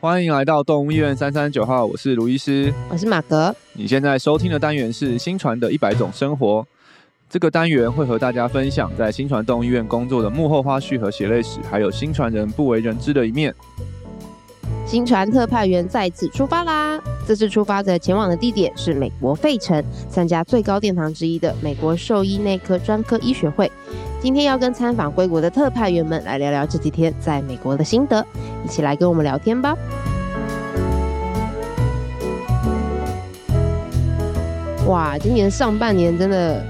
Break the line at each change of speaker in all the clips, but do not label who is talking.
欢迎来到动物医院三三九号，我是卢医师。
我是马格。
你现在收听的单元是新传的一百种生活，这个单元会和大家分享在新传动物医院工作的幕后花絮和血泪史，还有新传人不为人知的一面。
新船特派员再次出发啦！这次出发的前往的地点是美国费城，参加最高殿堂之一的美国兽医内科专科医学会。今天要跟参访归国的特派员们来聊聊这几天在美国的心得，一起来跟我们聊天吧。哇，今年上半年真的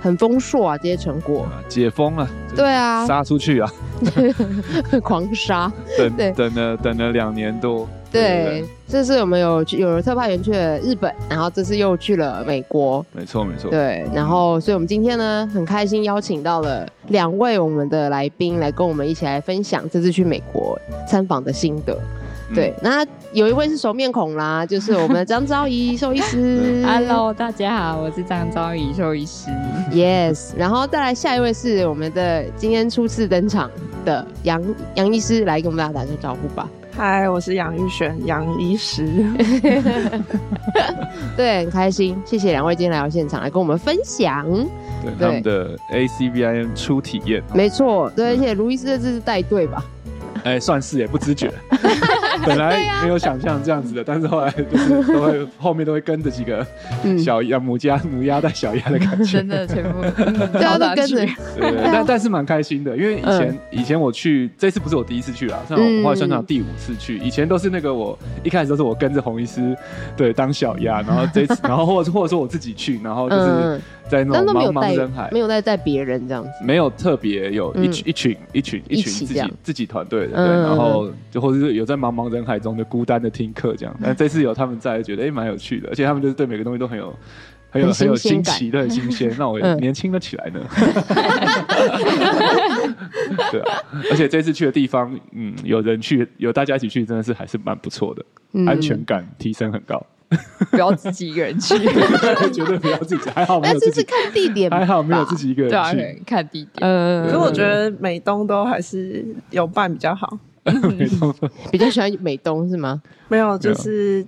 很丰硕啊，这些成果。
啊解封了，
对啊，
杀出去啊！
狂杀。对
等等了等了两年多，
对，这次我们有去有特派员去了日本，然后这次又去了美国，
不对，没错没错。
对，然后所以我们今天呢很开心邀请到了两位我们的来宾来跟我们一起来分享这次去美国参访的心得。
嗯
对，那有一位是熟面孔啦，就是我们的张昭 仪兽医师
Hello，大家好，我是张昭仪兽医师。
，Yes，然后再来下一位是我们的今天初次登场的杨杨医师，来跟我们大家打个招呼吧。
嗨，我是杨玉璇，杨医师。
对，很开心，谢谢两位今天来到现场来跟我们分享。
对
对
他们的 ACVIM 初体验，
没错，对，而且卢医师这次是带队 吧？
哎，算是也不知 觉。本
啊
来没有想象这样子的，但是后来就是都会后面都会跟着几个
嗯，
小鸭、母鸭、母鸭带小鸭的感觉，
真的全部对
对啊，都跟着，
对，
啊
但但是蛮开心的，因为以前、以前我去，这次不是我第一次去啦，像我
嗯
后来算上第五次去，以前都是那个我一开始都是我跟着洪医师，对，当小鸭，然后这次，然后或者或者说我自己去，然后哦就是
嗯，
在那
但
种
都
茫
没有带
茫人海，
没有带带别人这样子，
没有特别有一群、一群一群一
嗯一
群
起
自
这
己
样
自己团队的，对，
嗯嗯嗯
然后就或者是有在茫茫人海中的孤单的听课这
嗯
样，但这次有他们在，觉得哎蛮有趣的，而且他们就是对每个东西都很有。很有
很
很有新
新鲜感
奇，都很新 鲜，让我也
嗯
年轻了起 来呢。 对啊，而且这次去的地方，嗯，有人去，有大家一起去，真的是还是蛮不错的，
嗯
安全。感提升很高。
不要自己一个人 去，
绝对不要自己，还好没
那
有自
就是
己，
哎看地点吧，
还好没有自己一个
对
人
啊，
去。
看地点。
呃。
可是我觉得美东都还是有伴比较好，
啊
没错
嗯
比较喜欢美东是吗？
没有就是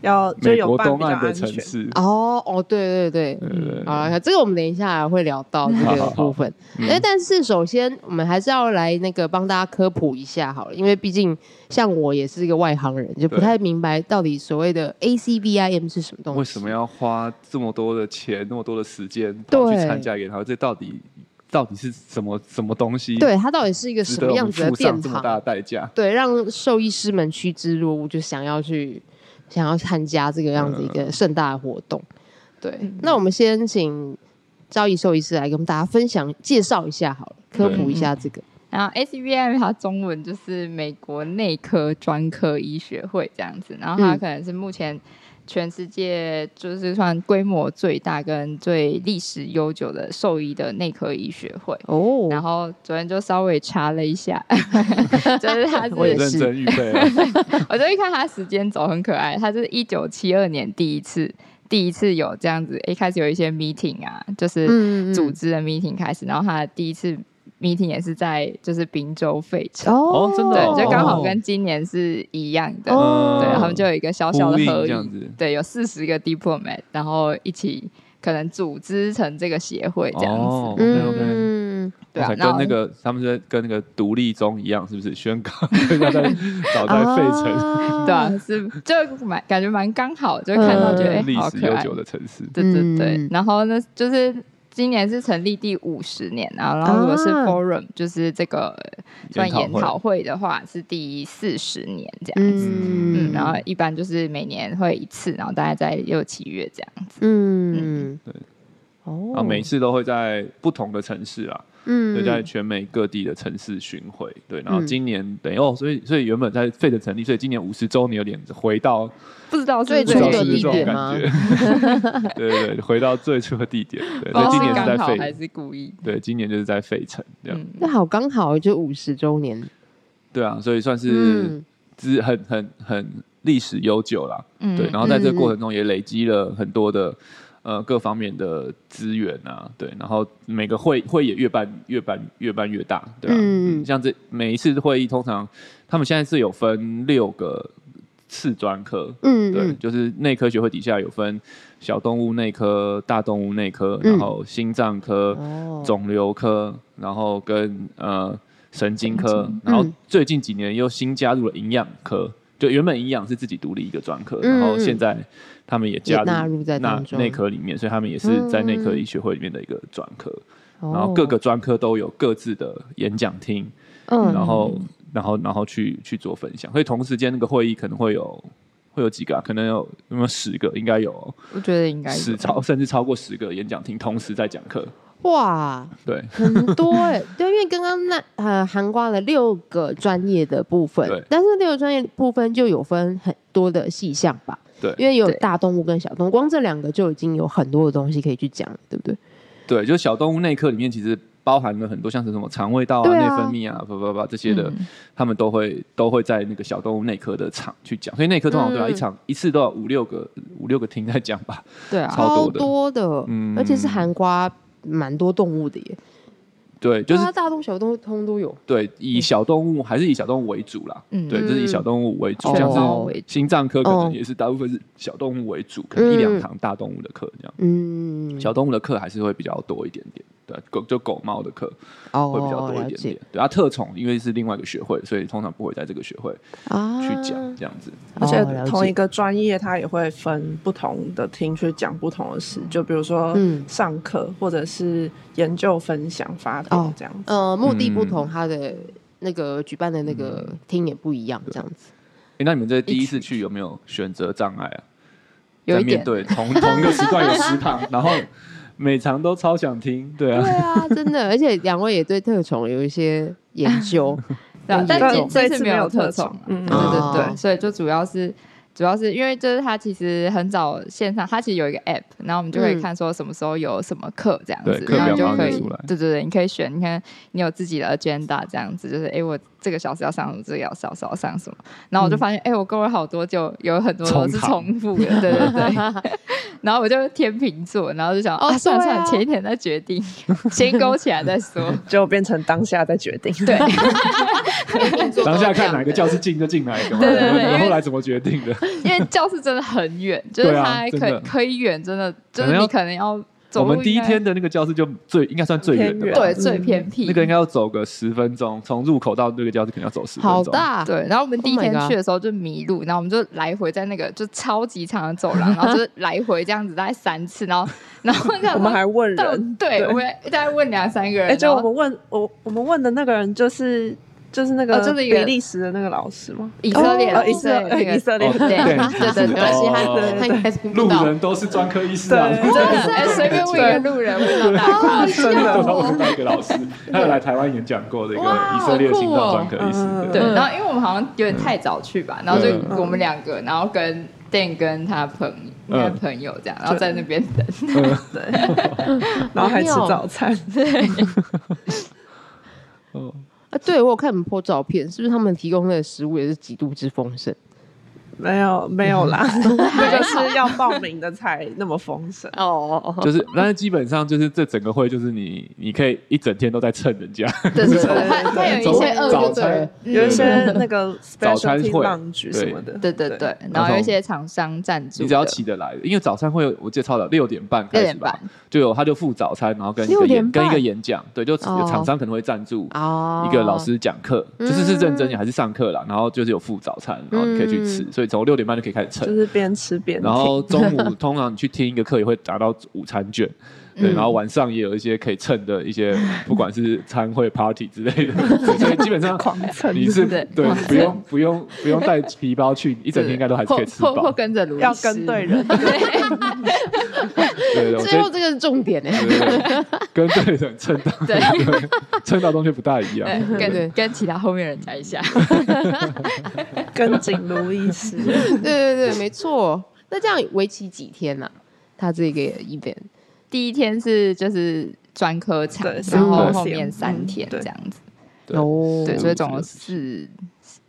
要就
啊美
有
国
伴
东
比较
岸的
安
城
全。
市，
哦哦，对对对。
对对对。
好了，这个我们等一下会聊到这个部分。
嗯
哎，但是首先我们还是要来那个帮大家科普一下好了，因为毕竟像我也是一个外行人，就不
对
太明白到底所谓的 ACVIM 是什么东西。
为什么要花这么多的钱、那么多的时间跑去
对
参加研讨会？这到底到底是什么什么东西？，
对，它到底是一个
值
什
得
么
我
样
们
子的
付上
殿
这么
堂？啊
大的代价？
对，让兽医师们趋之若鹜，就想要去想要参加这个样子一
嗯
个盛大的活动。对，
嗯
那我们先请赵医兽医师来跟大家分享介绍一下好了，科
对
普一下这个。
然后 SVM 它中文就是美国内科专科医学会这样子，然后它
嗯
可能是目前全世界就是算规模最大跟最历史悠久的兽医的内科医学会。
哦，
然后昨天就稍微查了一下，就是它是
我也
认
是
真预备啊了，
我就一看他时间轴很可爱，他是一九七二年第一次，第一次有这样子，一开始有一些 meeting 啊，就是
嗯
组织的 meeting 开始，然后他的第一次 meeting 也是在就是滨州费城，
哦
哦真的
对
哦，
就刚好跟今年是一样的，
哦
对，然后他们就
嗯
有一个小小
呼
的
应
合
这样
影，
子。
对，有四十个 diplomat，然后一起可能组织成这个协会这样子，
哦，OK，OK
嗯，
对啊
才
然
跟
后
那个他们在跟那个独立中一样，是不是？宣告要在早在费城，
啊
对啊，是就蛮感觉蛮刚好，就看到觉得哎、
历
好
史
可
悠
爱
久。的城市。
对对对，
嗯
然后呢，就是今年是成立第五十年啊，然后如果是
啊
Forum，、就是这个呃算
研讨会
研讨会的话，是第四十年这样。
嗯
嗯，然后一般就是每年会一次，然后大概在六七月这样。
嗯，
对，
哦
然后每次都会在不同的城市啊，就
嗯
在全美各地的城市巡回，对，然后
嗯
今年等于哦，所以所以原本在费城成立，所以今年五十周年有点回到
不知道
最
是不
不
是
知
初
道
这
是
的
个
不是
地
这种
点
感
吗
觉， 对对对，回到最初的地点，对，
不
所
知
以
道
今
是
年是在
哦刚好还
费，
是故意。
对，今年就是在费城这样，
嗯，
那好刚好就五十周年，
对啊，所以算是
嗯
资很很很历史悠久啦，
嗯
对，然后在这个过程中也累积了很多的。呃各方面的资源啊，对，然后每个会会也越办越办越办越大，对吧、
嗯
嗯，像这每一次会议，通常他们现在是有分六个次专科，
嗯
对，
嗯
就是内科学会底下有分小动物内科、大动物内科，
嗯
然后心脏科、
哦
肿瘤科，然后跟呃神经科，
神
然后
嗯
最近几年又新加入了营养科。就原本营养是自己独立一个专科，
嗯
然后现在他们也
也
加
纳入在
那
当中
内科里面，所以他们也是在内科
嗯哦
医学会里面的一个专科。
然
然后各个专科都有各自的演讲厅，
嗯
然后然后然后去去做分享，所以同时间那个会议可能会有会有几个、啊，可能有有没有十个，应该有
我觉得应该
十
是
超甚至超过十个演讲厅同时在讲课，
哇，
对
很多哎、对，因为刚刚那呃涵盖了六个专业的部分
对，
但是六个专业部分就有分很多的细项吧。
对
因为有
对
大动物跟小动物，光这两个就已经有很多的东西可以去讲了，对不对？
对，就小动物内科里面其实包含了很多像是什么肠胃道啊、
对
内
啊
分泌啊、不不不这些的，
嗯
他们都会都会在那个小动物内科的场去讲，所以内科通常对吧、啊
嗯
一场一次都要五六个五六个厅在讲吧，
对啊，
超多的
多的，
嗯
而且是含瓜蛮多动物的耶，
对，就是
对啊大动物、小动物通通都有。
对，以小动物还是以小动物为主啦。
嗯
对，就是以小动物为主，
嗯
像
哦
是心脏科可能也是大部分是小动物为主，可能一两堂大动物的课这样。
嗯，
小动物的课还是会比较多一点点，对，啊狗就狗猫的课
哦，
会比较多一
了
点
解
点。对，啊，特宠因为是另外一个学会，所以通常不会在这个学会
啊，
去讲这样子。
而且
哦了解
同一个专业，它也会分不同的厅去讲不同的事，就比如说
嗯
上课或者是研究分享发
哦
表这样子。
呃目的不
嗯
同，它的那个举办的那个厅也不一样，这样子。
诶那你们这第一次去有没有选择障碍啊？
有一
在面
点
对同同一个时段有十堂，然后每场都超想听，对啊
对。啊，真的，而且两位也对特宠有一些研 究，
对啊
嗯
但
但
这
这
这
次
次
没
没
有
有
特
特宠，
宠
啊
嗯
对对对
哦
对，所以就主要是主要是因为就是他其实很早线上，他其实有一个 app，然后我们就可以
嗯
看说什么时候有什么课这样
对
子，
课
然
表
后你就
帮
可
你
以
出来
对对对，你可以选，你看你有自己的 agenda 这样子，就是哎我这个小时要上什么，这个要小时要上什么，然
嗯
后我就发现哎我勾了好多，就有很多都是
重
重复的，对 对对，然后我就天秤座，然后就想
哦
哦算了
对啊
算了，前一天再决定， 先勾起来 再说，
就变成当下再 决定。
对。
当下看哪个教室进就进哪一个嘛，
对对对
你们
因为
后来怎么决定的？
因为教室真的很 远，就是
对啊
它
真
可以、
的
可以远，真的就
可能
是
要
你可能要走
我
路。
们第一天的那个教室就最应该算最远的吧，
偏
对
远
最偏僻
那个应该要走个十分钟，从入口到那个教室可能要走十分钟。
好大，啊
对，然后我们第一
Oh my
天
God
去的时候就迷路，然后我们就来回在那个就超级长的走 廊，然后就是来回这样子大概三次，然后 然后这样
我们还问
到
人，
对，
对
我们大概问两三个人，
哎，就我
然后
们问我我们问的那个人就是就是那个
哦就是一个
比利时的那个老师吗？
以色列
哦，
人，
以色
对
以色列
哦，
对
对哦
对对，没关系，他他应该是听不
路
到。
人都是专科医师啊，
对
真的哎，随便问一个路人问到大
好
块，
真的
我我们一个老师，他有来台湾演讲过的一个
哇
以色列心脏专科医师
好酷哦，
对，
对
然后因为我们好嗯像有点太早去吧，然后就
嗯
我们两个，然后跟 Dan 跟他朋友
嗯
跟朋友这样，然后在那边等。
对，然后还吃
没有
早餐，
哦
啊，对我有看你们 po 照片，是不是他们提供的食物也是极度之丰盛？
没有没有 啦， 那个是要报名的才那么丰盛。
哦哦哦，
就是，但是基本上就是这整个会就是你，你可以一整天都在蹭人家，
对对对，
对
他他有一
早
些饿
早
就对
餐
了，
有一些那个
早餐
specialty
会
lounge 什么的，
对对对，然后有一些厂商赞助的，
你只要起得来，因为早餐会有我记得超早六点半
六
开始
点
吧
半，，
就有他就付早餐，然后跟一个
6点
演
半
跟一个演讲，对，就
哦
有厂商可能会赞助
哦，
一个老师讲课，
嗯
就是是认真还是上课啦，然后就是有付早餐，然后你可以去吃，所以从六点半就可以开始
就
蹭。
是边吃边
然
听。
后中午通常你去听一个课也会拿到午餐券，对，
嗯
然后晚上也有一些可以蹭的一些，不管是餐会、party 之类的，对所以基本上你是
对
对
哇
不用不用不用带皮包去，一整天应该都还是可以吃
或或或
饱。
跟着卢
要跟对人，
对对，对我觉
最后
得
这个是重点 欸呢。
对对对跟 对人蹭到
对
蹭到东西不大一样。
对
对，跟跟其他后面人加一 下，
跟紧卢医师，
对对对，没错。那这样为期几天呢？他这个 event
第一天是就是专科场
对，
然后
对
后面三天
嗯对
这样子，
对
哦
对，所以总
是
共
的
四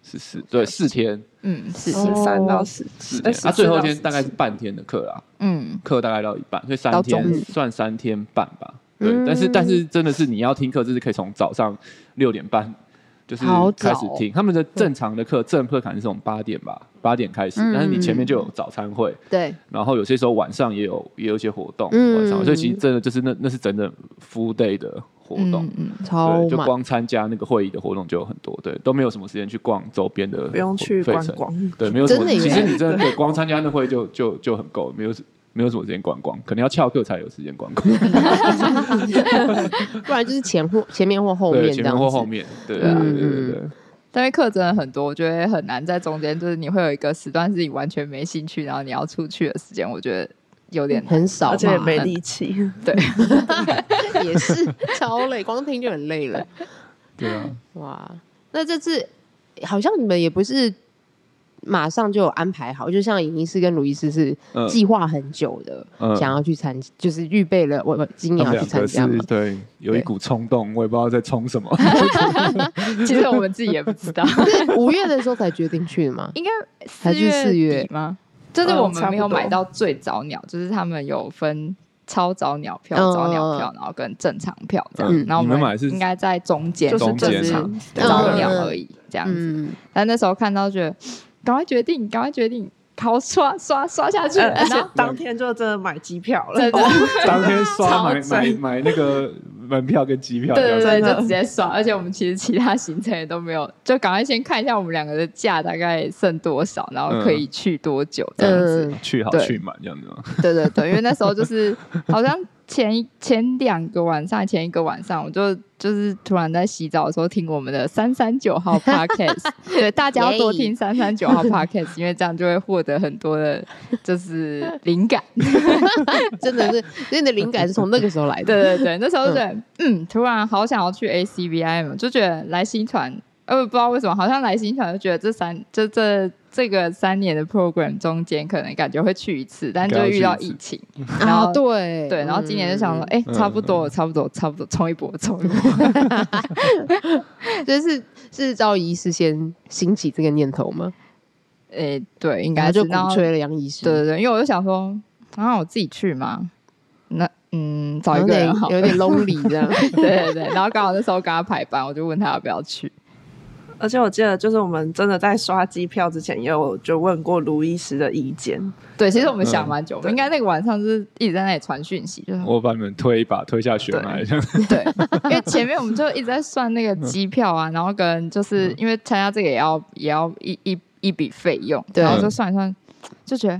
是四对四天，
嗯， 是
十
是，
三到十
四
呃
七，
天，啊，
哎
最后一天大概
是
是半天的课啦，
嗯，
课大概到一半，所以三
到中
天
午
算三天半吧。对，
嗯
但是但是真的是你要听课，就是可以从早上六点半就是
好早
开始听他们的正常的课，正课可能是从八点吧，八点开始，
嗯
但是你前面就有早餐会，
对，
然后有些时候晚上也有也有一些活动，
嗯
晚上，所以其实真的就是那那是整整 full day 的活动。
嗯嗯，
超
对，就
满。
光参加那个会议的活动就有很多，对，都没有什么时间去逛周边的，
不用去观，光，
对，没有什么。
真的耶
其实你真的对光参加那会就就就很够，没有没有什么时间观光，可能要翘课才有时间观光。
不然就是前或前面或 后面
对，前
这样
面
子。嗯
或后面，对
对
对
啊
对对对。
但是课真的很多，我觉得很难在中间，就是你会有一个时段是你完全没兴趣，然后你要出去的时间，我觉得有 点
很少
而
嘛，
且也没力气。
对，
也是超累，光听就很累了。
对啊，
哇，那这次好像你们也不是马上就有安排好，就像尹医师跟卢医师是
嗯
计划很久的，
嗯
想要去参，就是预备了，我我今
他
年
们
要去
两个
参加
是
嘛。
对，有一
对
股冲动，我也不知道在冲什么。
其实我们自己也不知道，
是五月的时候才决定去的 吗？
应该
还是四月
底吗？就是
嗯
我们没有
差不多
买到最早鸟，就是他们有分超早鸟票、
嗯
早鸟票，然后跟正常票这样。
嗯
然后我
你们买的是
应该在中间，
就是
中间
是
啊
对
早鸟而已这样子。
嗯，
但那时候看到觉得，赶快决定，赶快决定，好刷刷刷下去，
呃而
然
且
后
当天就真的买机票 了，
真的。
当天刷
超
买买
赞
买那个门票跟机票，
对
这样
对对，
真的
就直接刷，而且我们其实其他行程也都没有，就赶快先看一下我们两个的假大概剩多少，然后
嗯
可以去多久这样子。
嗯，
去好
对
去满这样子吗？
对对对，因为那时候就是好像前一前两个晚上，前一个晚上我就就是突然在洗澡的时候听我们的三三九号 podcast，对，大家要多听三三九号 podcast，因为这样就会获得很多的，就是灵感。
呃真的是，所以你的灵感是从那个时候来的。
对对对，那时候就觉得，嗯，突然好想要去 ACVIM，就觉得来新团，呃，不知道为什么，好像来新团就觉得这三这这这个三年的 program 中间，可能感觉会啊去一次，但就遇到疫情， 然
啊，
后。
对
对，然后今年就想说，哎、
嗯
差不多了，差不多了，差不多，冲一波，冲一波。
嗯就是是赵医师先兴起这个念头吗？
哎、对，应
然后
该是
就鼓
然后
吹了杨医师，
对对对，因为我就想说，啊，我自己去嘛，那嗯，找一
有
个人
点
好了，
有点 lonely 这样。
对对对。然后刚好那时候跟他排班，我就问他要不要去。
而且我记得，就是我们真的在刷机票之前，也有就问过卢医师的意见，
对，其实我们想
嗯
蛮久，我们应该那个晚上就是一直在那里传讯息，就是
我把你们推一把，推下悬崖这样。
对，因为前面我们就一直在算那个机票啊，然后跟就是因为参加这个也要也要一一一笔费用，
对
然后就算一算，就觉得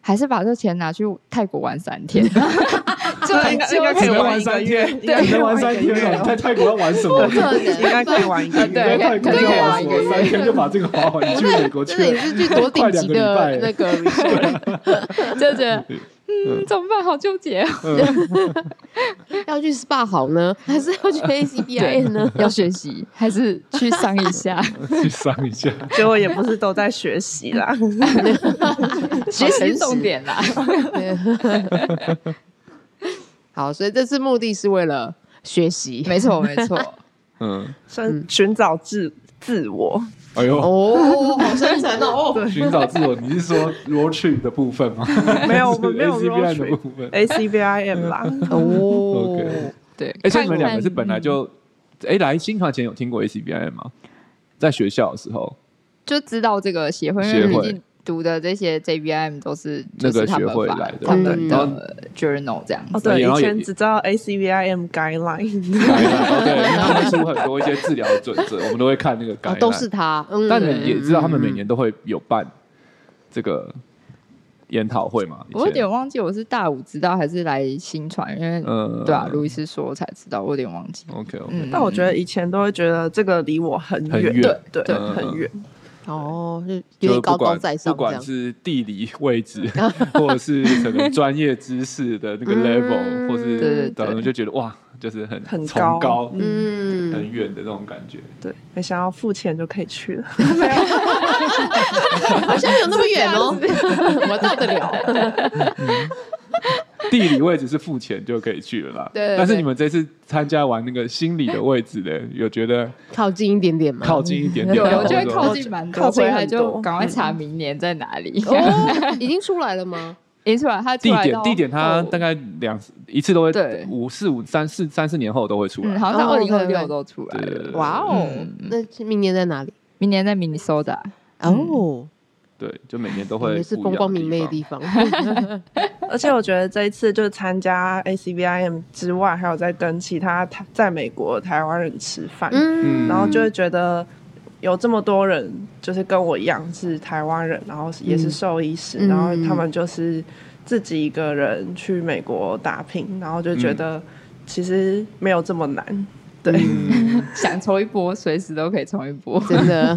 还是把这钱拿去泰国玩三天， 就
这
很
应该应
纠
该可以
你们
结。
玩
玩一
三
个月，
天
应该
你
可以
能玩三
一
天
个月
啊？你在泰国要玩什么？
应该可以玩一个
你
月。
在泰国
对
要
玩
玩什
一个月
么？三天就把这个滑完，你去美国去
真
了
的也。是去多 顶级的那个 resort，
就觉得嗯怎么办？好纠结哦，
要去 SPA 好呢， 还是要去 ACBI 呢？
要学习还是去上一下？
去上一下，
结果也不是都在学习 啦，
嗯
学习
诚
是重
实
点啦，
好，所以这次目的是为了学习。
没错没错。
嗯，
算寻找自自我。
哎呦，
哦，好深沉哦！哦，
寻找自我，你是说 road trip 的部分吗？
没有，我们没有
嗯 C B
哎
I
road
的部分。嗯
trip，ACVIM 啦，
哦
OK，
对，
哎，所以你们
看
两个是本来
嗯
就，哎，来新团前有听过 A C B I 吗？在学校的时候，
就知道这个协会，因
协
为
会
毕竟读的这些 JBM 都是
那个
就是他们
学会
发
来的
他们
嗯
的 journal 这样
哦
子。
对，
然后
以
也
前只知道 ACVIM guideline，
对，因为他们出很多一些治疗准则，我们都会看那个
哦
感
都是他，嗯，
但你也知道，他们每年都会有办这个研讨会嘛？以前
我有点忘记我是大五知道还是来新传，因为、
呃，
对啊，路易斯说我才知道，我有点 忘记。
OK OK，
嗯，
但我觉得以前都会觉得这个离我很
很
远，
远对
对对，
嗯
很远。
哦，就有
就是
点
不
高高
管
在上
不
这
管
样。
是地理位置，或者是可能专业知识的那个 level，
嗯
或
对对
是
对
对我们就觉得哇，就是很
很
崇
高
高、
嗯，
很远的那种感觉。
对，没想到付钱就可以去了。
好像没有那么远哦，我到得了。
地理位置是付钱就可以去了啦。
对对对
但是你们这次参加完那个心理的位置的，有觉得
靠近一点点嘛，
靠近一点点
有，
吗？
我就
或
会
者
靠
说
近蛮
靠
多，
近
回
很
来就
多
赶快查明年在哪里。
哦，已经出来了吗？
诶，出来他出
地
来
点，
到
地点它
哦
大概两一次都会
对
五四五三四三四年后都会出来
嗯，。好像
哦
二零二
对对
六都出来
对对
了。
对
哇哦，那明年在哪里？
明年在明尼苏达，
哦，
对，就每年都
也
会
是
不一
风
样
光
的
明媚的地
地
方。
而且我觉得这一次就是参加 ACBIM 之外，还有在跟其他台在美国的台湾人吃饭，
嗯，
然后就会觉得有这么多人就是跟我一样是台湾人，然后也是兽医师，
嗯
然后他们就是自己一个人去美国打拼，然后就
嗯
觉得其实没有这么难。对，
想冲一波，随时都可以冲一波。
真的，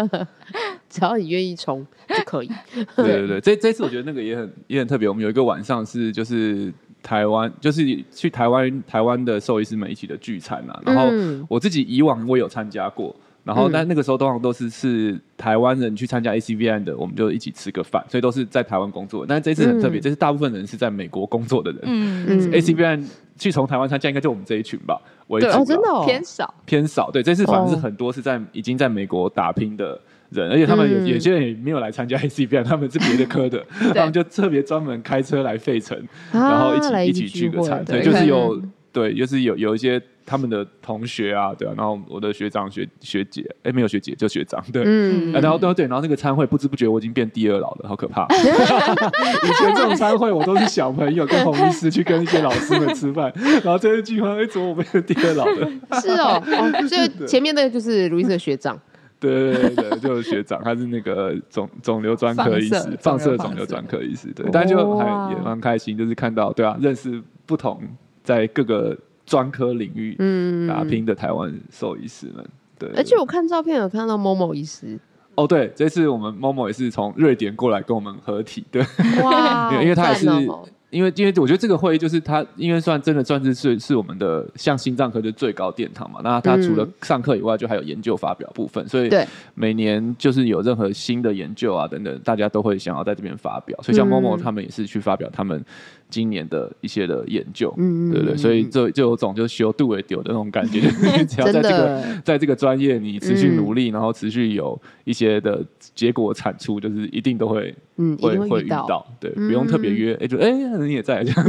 只要你愿意冲就可以。
方。对对对，这这次我觉得那个也很也很特别。我们有一个晚上是就是台湾，就是去台湾台湾的兽医师们一起的聚餐啊。然后
嗯
我自己以往我有参加过。然后，
嗯
但那个时候通常都是是台湾人去参加 ACVN 的，我们就一起吃个饭，所以都是在台湾工作的。但是这次很特别，
嗯
这次大部分人是在美国工作的人。
嗯，
嗯，
ACVN 去从台湾参加，应该就我们这一群吧为主
对
啦。
哦，真的哦，
偏少，
偏少，对，这次反而是
哦
很多是在、已经在美国打拼的人，而且他们有、
嗯
有些人也没有来参加 ACB，他们是别的科 的，他们就特别专门开车来费城，然后一起、
啊来
一
起
起聚个
会
餐，对，
对嗯
就是
对
有对，就是有有一些他们的同学啊，对啊，然后我的学长学学姐，哎，没有学姐就学长，对。
嗯
啊然后对对，然后那个餐会不知不觉我已经变第二老了，好可 怕！ 以前这种餐会我都是小朋友跟红医师去跟一些老师们吃饭，然后这一句话，哎，怎么我变成第二老了？
是 哦，哦所以前面那个就是卢易斯的学长，
对对对对，就是学长，他是那个肿肿瘤专科医师，放
放射
射
肿
肿瘤
瘤放射
专科医师，对，但就还也蛮开心，就是看到对啊，认识不同在各个专科领域
嗯，
打拼的台湾兽医师们。对，
而且我看照片有看到某某医师，
哦，对，这次我们 Momo 也是从瑞典过来跟我们合体，对，
哇
因为因为他也是
好赞哦
因为因为我觉得这个会议就是他，因为算真的算是是是我们的像心脏科的最高殿堂嘛。那他除了上课以外，就还有研究发表部分，所以
嗯对
每年就是有任何新的研究啊等等，大家都会想要在这边发表。所以像
嗯
Momo 他们也是去发表他们今年的一些的研究，
嗯
对不对？所以就就有种就是修度为丢的那种感觉，就 是只要在
真
这个
的
在这个专业你持续
嗯
努力，然后持续有一些的结果产出，就是一定都会
嗯，一
会
定
会
遇
遇
到。
到，对，不用特别约，哎、就哎、你也在这样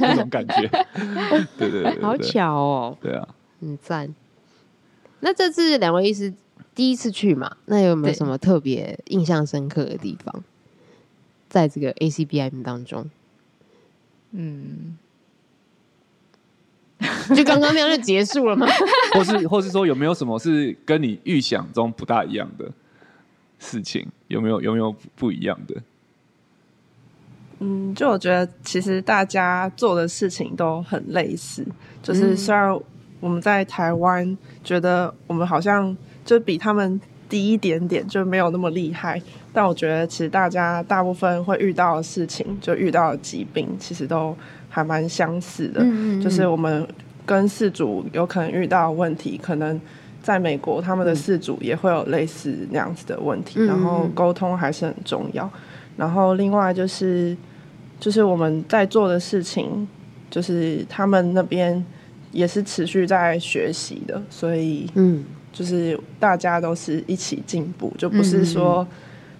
那种感觉， 对对对对
好
对
巧哦，
对啊，
很赞。那这次两位医师第一次去嘛，那有没有
对
什么特别印象深刻的地方？在这个 ACBIM 当中，
嗯，
就刚刚那样就结束了吗？
或是或是说有没有什么是跟你预想中不大一样的事情？有没有有没有不一样的？
嗯，就我觉得其实大家做的事情都很类似，就是虽然我们在台湾觉得我们好像就比他们低一点点，就没有那么厉害，但我觉得其实大家大部分会遇到的事情，就遇到的疾病，其实都还蛮相似 的。
嗯
就是我们跟饲主有可能遇到的问题，可能在美国他们的饲主也会有类似那样子的问题，
嗯
然后
嗯
沟通还是很重要。然后另外就是就是我们在做的事情，就是他们那边也是持续在学习的，所以
嗯
就是大家都是一起进步，就不
嗯
是说。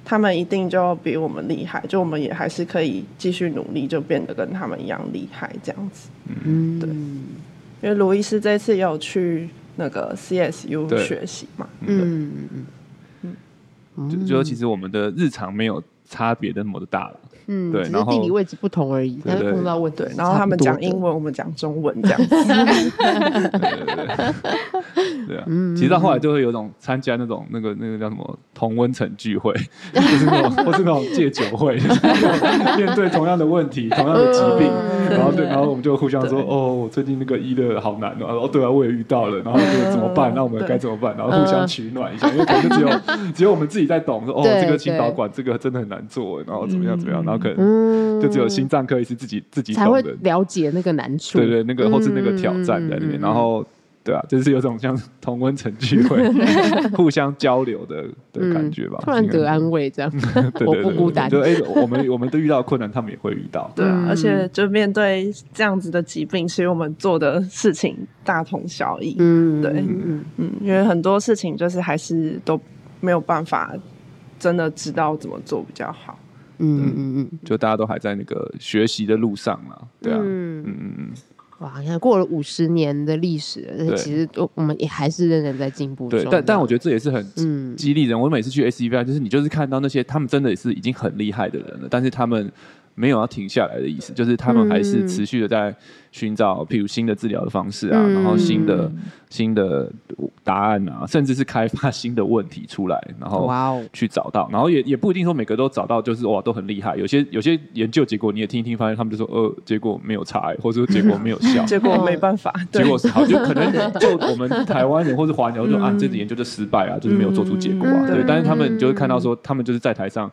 他们一定就比我们厉害，就我们也还是可以继续努力，就变得跟他们一样厉害这样子。
嗯，
对因为卢医师这次也有去那个 CSU
对
学习嘛，
嗯嗯嗯，
就就其实我们的日常没有差别那么的大了，
嗯，
对
只是
然后
地理位置不同而已，
对
但是
对
碰到问题
对
是，
然后
差
他
不
们
多
讲
的
英，文，我们讲中文这 样子，
对啊。
嗯
其实到后来就会有种参加那种那个那个叫什么同温层聚会， 就是 那种或是那种戒酒会， 就是那种面对同样的问题、同样的疾病，
嗯
然后对，然后我们就互相说，哦，我最近那个医的好难哦，哦，对啊，我也遇到了，然后这个怎么办？
嗯
那我们该怎么办？然后互相取暖一下，因为可能就只有 只有我们自己在懂，说哦，
对
这个青岛馆这个真的很难做，然后怎么样怎么样，然后可能
嗯
就只有心脏科医师自己自己
才
懂
会
的，
了解那个难处，
对对，那个或是那个挑战在里面，
嗯嗯嗯嗯
然后对啊，就是有种像同温层聚 会、互相交流的的感觉吧。
嗯突然得安慰这样。
对对对
我不孤单
就哎、我们我们都遇到困难，他们也会遇到。
对啊，
嗯
而且就面对这样子的疾病，其实我们做的事情大同小异。
嗯，
对
嗯
嗯，因为很多事情就是还是都没有办法真的知道怎么做比较好。
嗯嗯嗯，
就大家都还在那个学习的路上啦。对啊，嗯
嗯，
嗯嗯，
哇，你看过了五十年的历史了，但是
对
其实我我们也还是认真在进步
对
中。。
但但我觉得这也是很
嗯
激励人。我每次去 S E V I，就是你就是看到那些他们真的也是已经很厉害的人了，但是他们没有要停下来的意思，就是他们还是持续的在寻找，譬如新的治疗的方式啊，
嗯
然后新的
嗯
新的答案啊，甚至是开发新的问题出来，然后
哇哦，
去找到，然后也也不一定说每个都找到，就是哇都很厉害。有些有些研究结果你也听一听，发现他们就说呃结果没有差、欸，或者说结果没有 效，
结果没办法，
嗯
对
哦结果是好，就可 能就我们台湾人或是华侨就、
嗯
啊，这个研究就失败啊，就是没有做出结果啊。
嗯
对，
对
但是他们就会看到说，他们就是在台上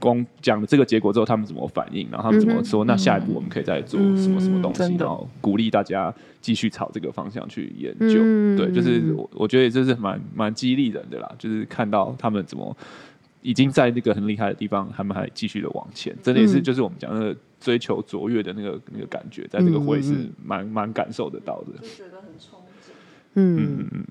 公讲了这个结果之后，他们怎么反应，然后他们怎么说，那下一步我们可以再做
嗯
什么什么东西，
真的
然后鼓励大家继续朝这个方向去研究。
嗯
对，就是我我觉得这是蛮蛮激励人的啦，就是看到他们怎么。已经在那个很厉害的地方，他们还继续的往前，真的也是
嗯
就是我们讲那个追求卓越的那个那个感觉，在这个会是
嗯嗯
蛮蛮感受得到的。
嗯，
嗯嗯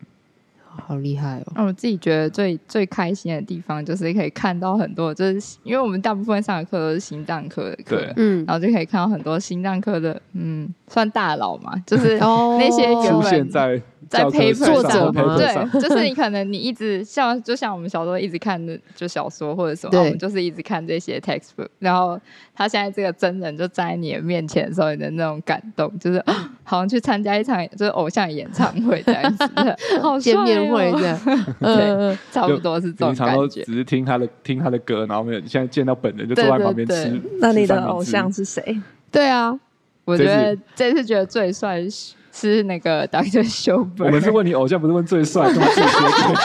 好厉害哦。
那我自己觉得最最开心的地方，就是可以看到很多，就是因为我们大部分上的课都是心脏科的课
对，
嗯，
然后就可以看到很多心脏科的，嗯，算大佬嘛，就是
哦
那些
嗯，
原
出
本
现在
在
教科
paper
书
上
上
吗
paper 上，
对，就是你可能你一直像就像我们小时候一直看的就小说或者什么，
对
啊我们就是一直看这些 textbook，然后他现在这个真人就站在你的面前的时候，你的那种感动，就是
嗯
啊好像去参加一场就是偶像演唱会这 样子，对好帅
见
哦
面会这，样，嗯，
差不多是这种
平常都
感觉。
只是听他的听他的歌，然后没有现在见到本人就坐在旁边
对对
吃。
那你
吃三
的
明治
偶像是谁？
对啊，我
这
觉
次
得这次觉得最帅是是那个 Dr. Schober，
我们是问你偶像，不是问最帅，这么自私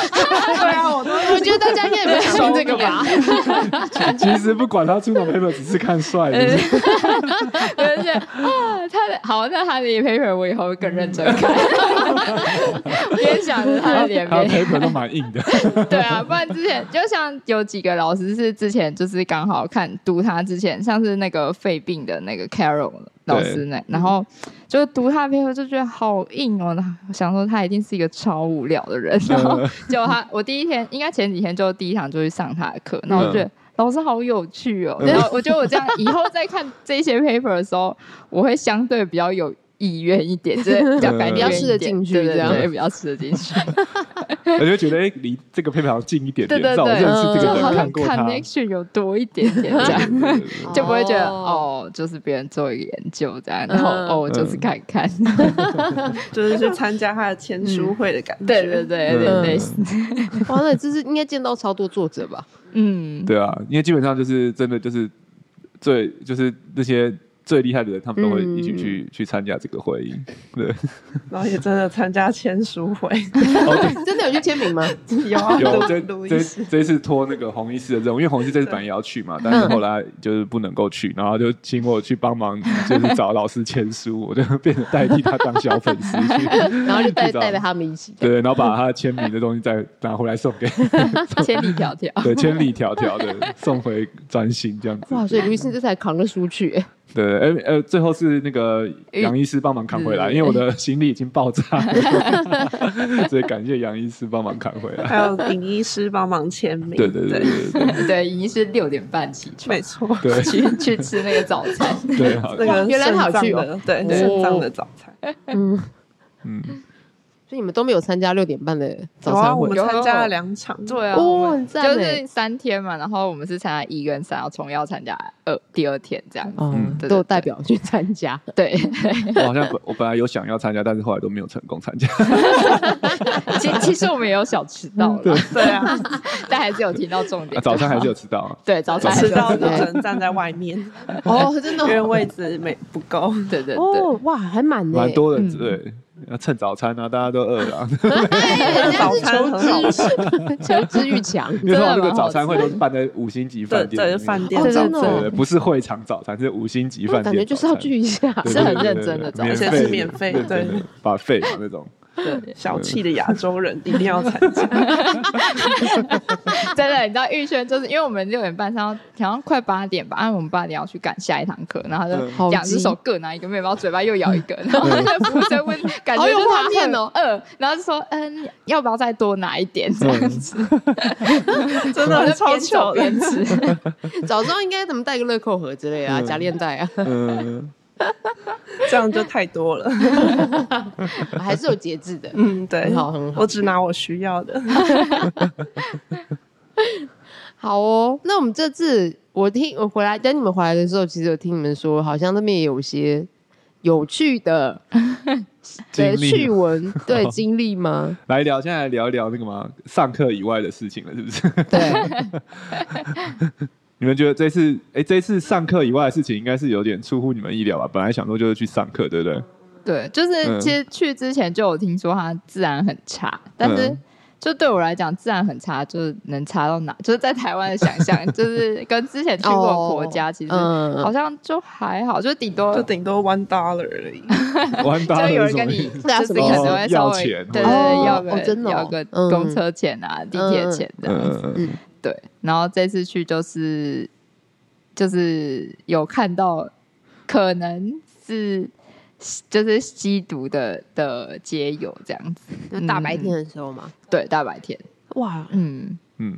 对啊，我都
我觉得大家应该也没有听这个吧？
其实不管他出什么 paper，只是看帅。 就是
而且啊，他的好，那他的 paper 我以后会更认真 看，边想着他的脸
他的
边
paper 都蛮硬的。
对啊，不然之前就像有几个老师是之前就是刚好看读他之前，像是那个肺病的那个 Carol 老师那，然后就读他的 paper 就觉得好硬哦，然后我想说他一定是一个超无聊的人，然后结果他我第一天应该前几天就第一堂就去上他的课，那我就觉得。老师好有趣哦！
嗯
然后我觉得我这样以后再看这些 paper 的时候，我会相对比较有意愿一点，就是比较感
嗯
觉
比较
吃得进去
对
这
对
样
对，比较吃得进去。
我就觉得，哎，离这个 paper 好像近一点
对
点，至
对
少我
对，嗯
认识这
就
个
好
人，
像
看过他。
connection 有多一点点 这样，
对对对对
就不会觉得
哦
哦，就是别人做一个研究这样，然后
嗯
哦，我就是看看，
就是去参加他的签书会的感觉。
对
嗯
对对，有点类似，
嗯哇，那这是应该见到超多作者吧？
嗯，
对啊，因为基本上就是真的就是最就是那些最厉害的人，他们都会一起
嗯
去、去参加这个会 议。对，
啊
然后也真的参加签书会，
真的有去签名吗？
有啊
有这
路
这
易斯，
这一次托那个洪医师的任务，因为洪医师这次本来也要去嘛，
嗯
但是后来就是不能够去，然后就请我去帮忙，就是找老师签书，我就变成代替他当小粉丝去，
然后就带
去找
带着他们一起，
对，然后把他签名的东西再拿回来送 给，
千里迢 迢，
对，千里迢迢的送回专心这样子。
哇，所以卢医师这才扛了书去，哎
对，呃呃，最后是那个杨医师帮忙扛回来，
嗯
因为我的行李已经爆炸了所以感谢杨医师帮忙扛回来。
还有尹医师帮忙签名。
对对对
对，
对对
对，已经是六点半起床
没错，
对
去去吃那个早餐，
对对，好
那个
原来好
肾
去
脏
哦
的，对
哦
肾脏的早餐。
嗯，
嗯，
所以你们都没有参加六点半的
有
早
啊，
餐
我
会
们
有
参加了两场。
对啊，
哦
我们
很赞
就
欸
是三天嘛，然后我们是参加一跟三，然后重要参加二第二天这样，
哦
嗯，
对对
都有代表去参加，
对，
我好像本我本来有想要参加，但是后来都没有成功参加。
其其实我们也有小迟到了，
对啊，
但还是有听到重
嗯啊
点，
早上还是有迟到啊。
对早餐还是
迟
有
到
吃
就只能站在外 面，
哦，真的
因为
哦
位置没不够。
对对对。
哦，哇，还满呢，
蛮多人
嗯
对，要趁早餐啊，大家都饿了、啊。
哎，人家
早
是
餐
求
很好吃，
知求知欲 强，
因为通常那个
蛮好
早餐会都是办在五星级
对
饭店里
对，
面，
饭店
哦，
早
真
餐
的
对
哦
对，不是会场早餐，是五星级饭店早餐。
感觉就是要聚一下，
对，
是很
对对
认真
对对
的
早餐而且是免费
对对，把费嘛那种。
对，
小气的亚洲人一定要参 加。
真的，你知道玉轩就是因为我们六点半上，好像快八点吧，按、啊我们八点要去赶下一堂课，然后他
嗯
就
好
两只
急
手各拿一个面包，嘴巴又咬一 个，然后那个服务生问，感觉
好有
就是
画面
他很
哦
饿，然后就说，嗯，要不要再多拿一点这
嗯
样子？
真
然后
的
就
超
边走
巧的
边，吃，
早知道应该怎么带个乐扣盒之类的啊，
嗯
夹链 带啊，
嗯，
这样就太多了。
还是有节制的。
嗯， 对，
很好很好
我只拿我需要的。
好哦，那我们这次我听我回来等你们回来的时候，其实有听你们说，好像那边也有些有趣的
经
对
历
趣
嘛
闻，对经历吗？
来聊，现在来聊一聊那个嘛，上课以外的事情了，是不 是？
对，
你们觉得这次，哎，这次上课以外的事情应该是有点出乎你们意料吧？本来想说就是去上课，对不对？
对，
嗯
就是其实去之前就有听说它自然很差，但是
嗯
就对我来讲，自然很差，就是能差到哪？就是在台湾的想象，就是跟之前去过的国 家，
哦
其实
嗯
好像就还好，就顶多
就顶多 one dollar 而已。
玩
就
搭
有
的
人
什
跟
么
你
意
就
思？
对啊
是
什
可
么意思
能会稍
要
微
钱
对对
哦
对，要
哦真的
个
哦
要个
嗯
公车钱啊，地铁钱这样子。
嗯嗯嗯，
对，然后这次去就是就是有看到可能是就是吸毒的的街友这样子，
就大白天的时候嘛，
对，大白天，
嗯哇！
嗯，
嗯，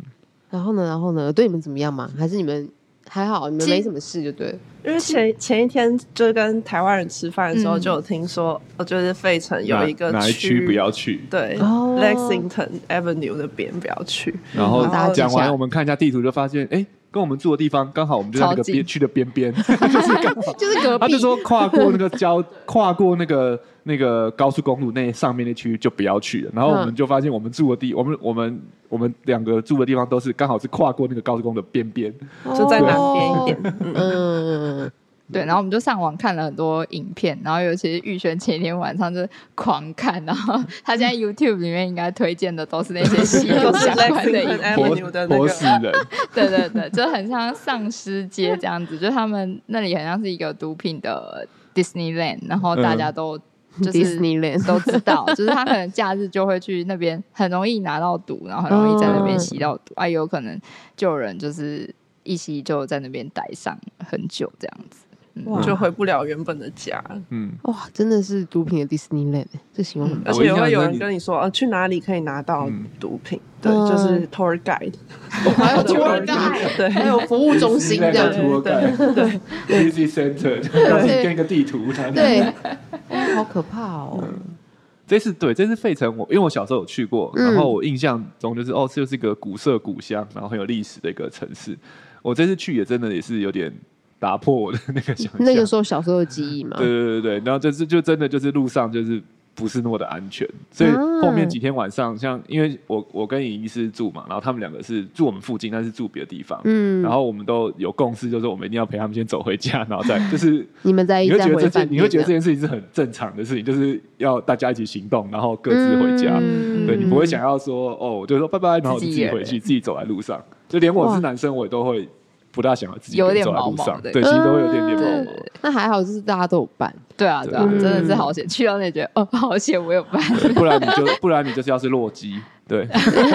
然后呢，然后呢，对你们怎么样嘛？还是你们还好，你们
其
没什么事就对了。
因为前前一天就是跟台湾人吃饭的时候，
嗯
就有听说，呃，就是费城有
哪
一个
哪一区
区
不要去？
对、
哦
Lexington Avenue 那边不要去，
然后
嗯大家记
讲
下
完，我们看一下地图，就发现，哎，跟我们住的地方刚好，我们就在那个
超
边
近
区的边边，就是刚好。
就是隔
他
壁
就，说跨过那个交， 跨过那个那个高速公路那上面那区域就不要去了。然后我们
嗯
就发现我们住的地，我们我们我们两个住的地方都是刚好是跨过那个高速公路的边边。
就在南边一点。
哦。嗯，
对，然后我们就上网看了很多影片，然后尤其是玉轩前一天晚上就是狂看，然后 他现在 YouTube 里面应该推荐的都是那些吸
都
毒
是
相关的影
Lexington
活
片。
Avenue 哎的那
活
个
死 人，
对对对，就很像丧尸街这样子，就他们那里很像是一个毒品的 Disneyland，然后大家都就是
Disneyland
都知道，就是他可能假日就会去那边，很容易拿到毒，然后很容易在那边吸到毒，啊，有可能就有人就是一吸就在那边待上很久这样子。
哇
就回不了原本的家，
嗯，
哇，真的是毒品的 Disneyland，这形容很
嗯
而且也会有人跟你说，呃，去哪里可以拿到
嗯
毒品？对，
嗯
就是 tour guide，
还有
tour
tour
guide，
guide，
对
还有服务中心这样
对。
图对，Easy Center，然后你跟一个地图，然后
对， 哇好可怕哦！
这次对，这次费城我因为我小时候有去过，
嗯
然后我印象中就是哦，这就是一个古色古香，然后很有历史的一个城市。我这次去也真的也是有点打破我的那个想象。
那个时候小时候的记忆嘛，
对对对对，然后就是就真的就是路上就是不是那么的安全，所以
啊
后面几天晚上，像因为我我跟尹医师住嘛，然后他们两个是住我们附近，但是住别的地方，
嗯
然后我们都有共识，就是我们一定要陪他们先走回家，然后再 就是。
你们在一
你会
再
觉得
回
这
饭
件，
店，
你会觉得这件事情是很正常的事情，就是要大家一起行动，然后各自回家。
嗯
对你不会想要说哦，我就说拜拜，然后我就
自
自
己
己
一个
回去，
人
自己走在路上。就连我
哇
是男生，我也都会不大想要自己一
有
个人
点
走在
毛
路
毛
上。
的
对，其实都会有
嗯
点点毛毛。
那还好，就是大家都有伴，
对啊，对啊，
对
真的是好险！去到那里觉得哦，好险，我有办。
对不然你就 不然你就是要是洛基， 对，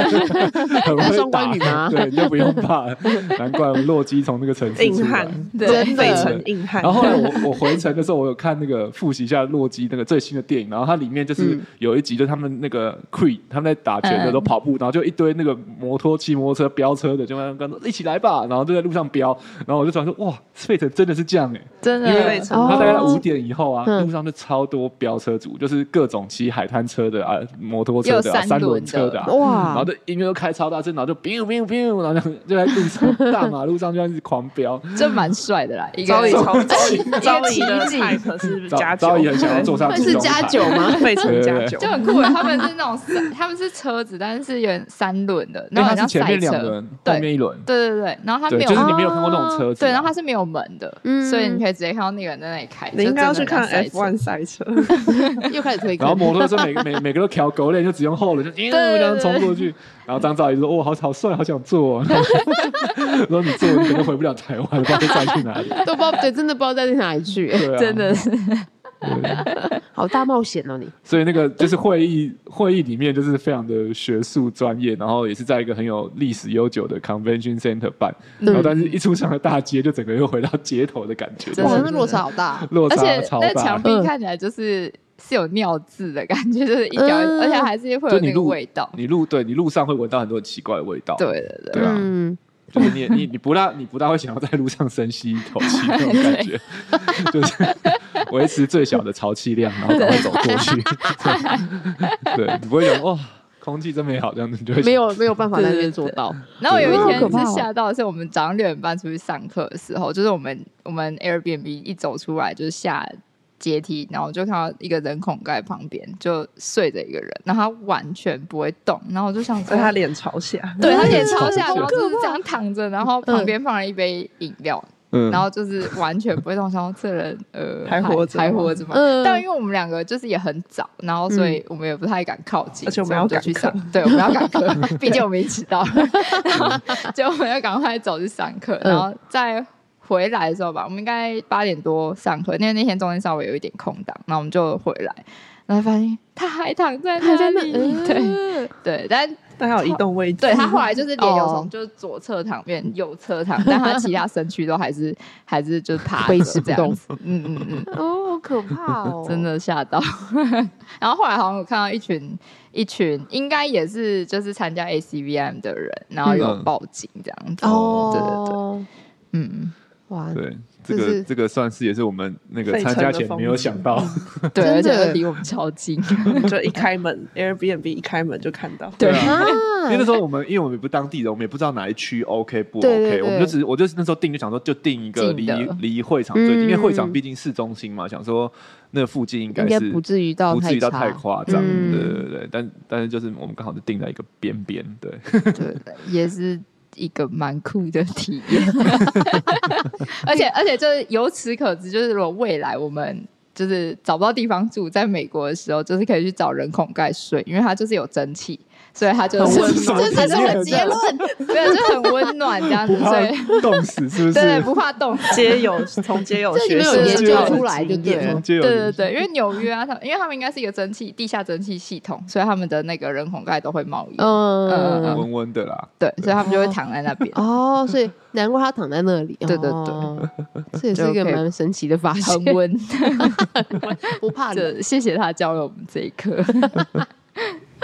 很
那
会
双
打
关语吗
对，你就不用怕了。难怪洛基从那个城市出
硬
来
汉。，
对
真
费
的
城硬汉
然。后后来我我回程的时候，我有看那个复习一下洛基那个最新的电影，然后它里面就是
嗯
有一集，就是他们那个 Creed 他们在打拳的时候
嗯
跑步，然后就一堆那个摩托骑摩托车飙车的，就跟他们说一起来吧，然后就在路上飙，然后我就想说哇，费城真的是这样哎、
真
因为
的，
哦
他大概五点以后啊，
嗯
路上就超多飙车族，就是各种骑海滩车的啊、摩托车的、啊、
也有三
三
轮
轮
的
车的、啊，然后
哇，
就音乐都开超大声，然后就 biu biu biu，然后就就在路上大马路上就开始狂飙。
这蛮帅的啦，一
招
个
以超招以
个
招以的
奇迹
菜可是 加
早
酒，
早已很想要坐上
会
这
是
种
加
台
酒吗？
费城加酒
就，很酷耶。欸他们是那种三，他们是车子，但是是有点三轮的，
因为
然
它
后很
是
像
前
赛
面
车。
两轮，后
对
面一轮，
对对对，然后它
对，
没有，
就是你没有看过那种车子啊，
对，然后它是没有门的，
嗯
所以你可以直接看到那个人在那里开。
你应该要去看
就真的很像
F1
赛车。
赛车，
又开 始推
然后
坑，
摩托车每每每个都调狗链，就只用后轮就咻
对
这样冲过去。然后张兆仪说：“哇，好好帅，好想坐 哦。” 说你坐你 可能回不了台湾，不知道会再去哪里。
都不知道，对，真的不知道带去哪里去。
对啊，
真的是，
对
好大冒险哦 你。
所以那个就是会议，会议里面就是非常的学术专业，然后也是在一个很有历史悠久的 convention center 办，
嗯
然后但是一出上了大街，就整个又回到街头的感觉，
真的
哇，
是
那落差好大。
落
而
差
且
超
那
大
墙。
嗯
壁看起来就是是有尿渍的感觉，就是一条，
嗯
而且还是会
就
有
你
那个
路
味道。
你路对你路上会闻到很多很奇怪的味道，
对，对对，
对啊
嗯，
就是你你你不大你不大会想要在路上深吸一口气那种感觉， 就是维持最小的潮气量，然后赶快走过 去。对，你不会想哇，空气真美好这样子，你就会
没有没有办法
对
在那
对
边
对
做到。
然后有一天
好可怕
是
哦
吓到，是我们早上六点半出去上课的时候，就是我们我们 Airbnb 一走出来就是下阶梯，然后我就看到一个人孔盖旁边就睡着一个人，然后他完全不会动，然后我就想说
所以哎他脸朝下，
对他
对
脸朝下，
好
然后
可
就是这样躺着，然
嗯
后旁边放了一杯饮料，
嗯
然后就是完全不会动，想说这人呃
还活着吗
还活着吗？
嗯
但因为我们两个就是也很早，然后所以我们也不太敢靠近，
而且我
所
们
以
要
就
赶
去
课
上，对，我们要赶课， 毕竟我们已经迟 到了， 就我们要赶快走去上课，
嗯
然后再回来的时候吧，我们应该八点多上课，因为那天中间稍微有一点空档，然后我们就回来，然后发现他还躺在
还在那
那里，
嗯
对对，但
但他有移动位置，
对 他后来就是脸有
哦
从就是左侧躺变右侧躺，但他其他身躯都还是 还是就是趴
维
着
持不
这
动
样子。嗯嗯嗯，
哦，好可怕哦
真。的吓到。然后后来好像我看到一群一群应该也是就是参加 ACVM 的人，然后有
嗯
报警这样子。
哦，
嗯，
哇，
对这
这
个
是
这个算是也是我们那个
费
参
城
加
的
前
风
没有
景
想到，
对，
真
而且
的
都离我们超近。
就一开门 Airbnb 一开门就看到，
对
对
啊。因为那
啊，
时候我们，因为我们也不是当地人，我们也不知道哪一区 OK 不 OK，
对对对
我们就只我就是那时候定就想说就定一个离
近的
离会场最近，因为
嗯
会场毕竟市中心嘛，想说那附近应该
应该
是
不至于到
不至于到
差
太夸张，
嗯
对对对，但但是就是我们刚好就定在一个边边，对，
对，也是一个蛮酷的体验。 而且而且就是由此可知，就是如果未来我们就是找不到地方住，在美国的时候，就是可以去找人孔盖睡，因为它就是有蒸汽。所以它 就
这
是，
是什么
这才是
体验
很结 论，对，就很温暖这样
不
子，
怕
所以
冻死是不
啊对对
是？
不 怕冻，
街友从街友
这你
学
们有
生
研
学
究
生
出来就嗯对了
从。街友
对对对，因为纽约啊，他因为他们应该是一个蒸汽地下蒸汽系统，所以他们的那个人孔盖都会冒烟，嗯
嗯，
温温的啦，
对，所以他们就会躺在那 边，
哦，所以难怪他躺在那里。
对对对
哦，这也是一个
就可以
蛮神奇的发现
恒，温。
不怕冷。
这谢谢他教了我们这一课。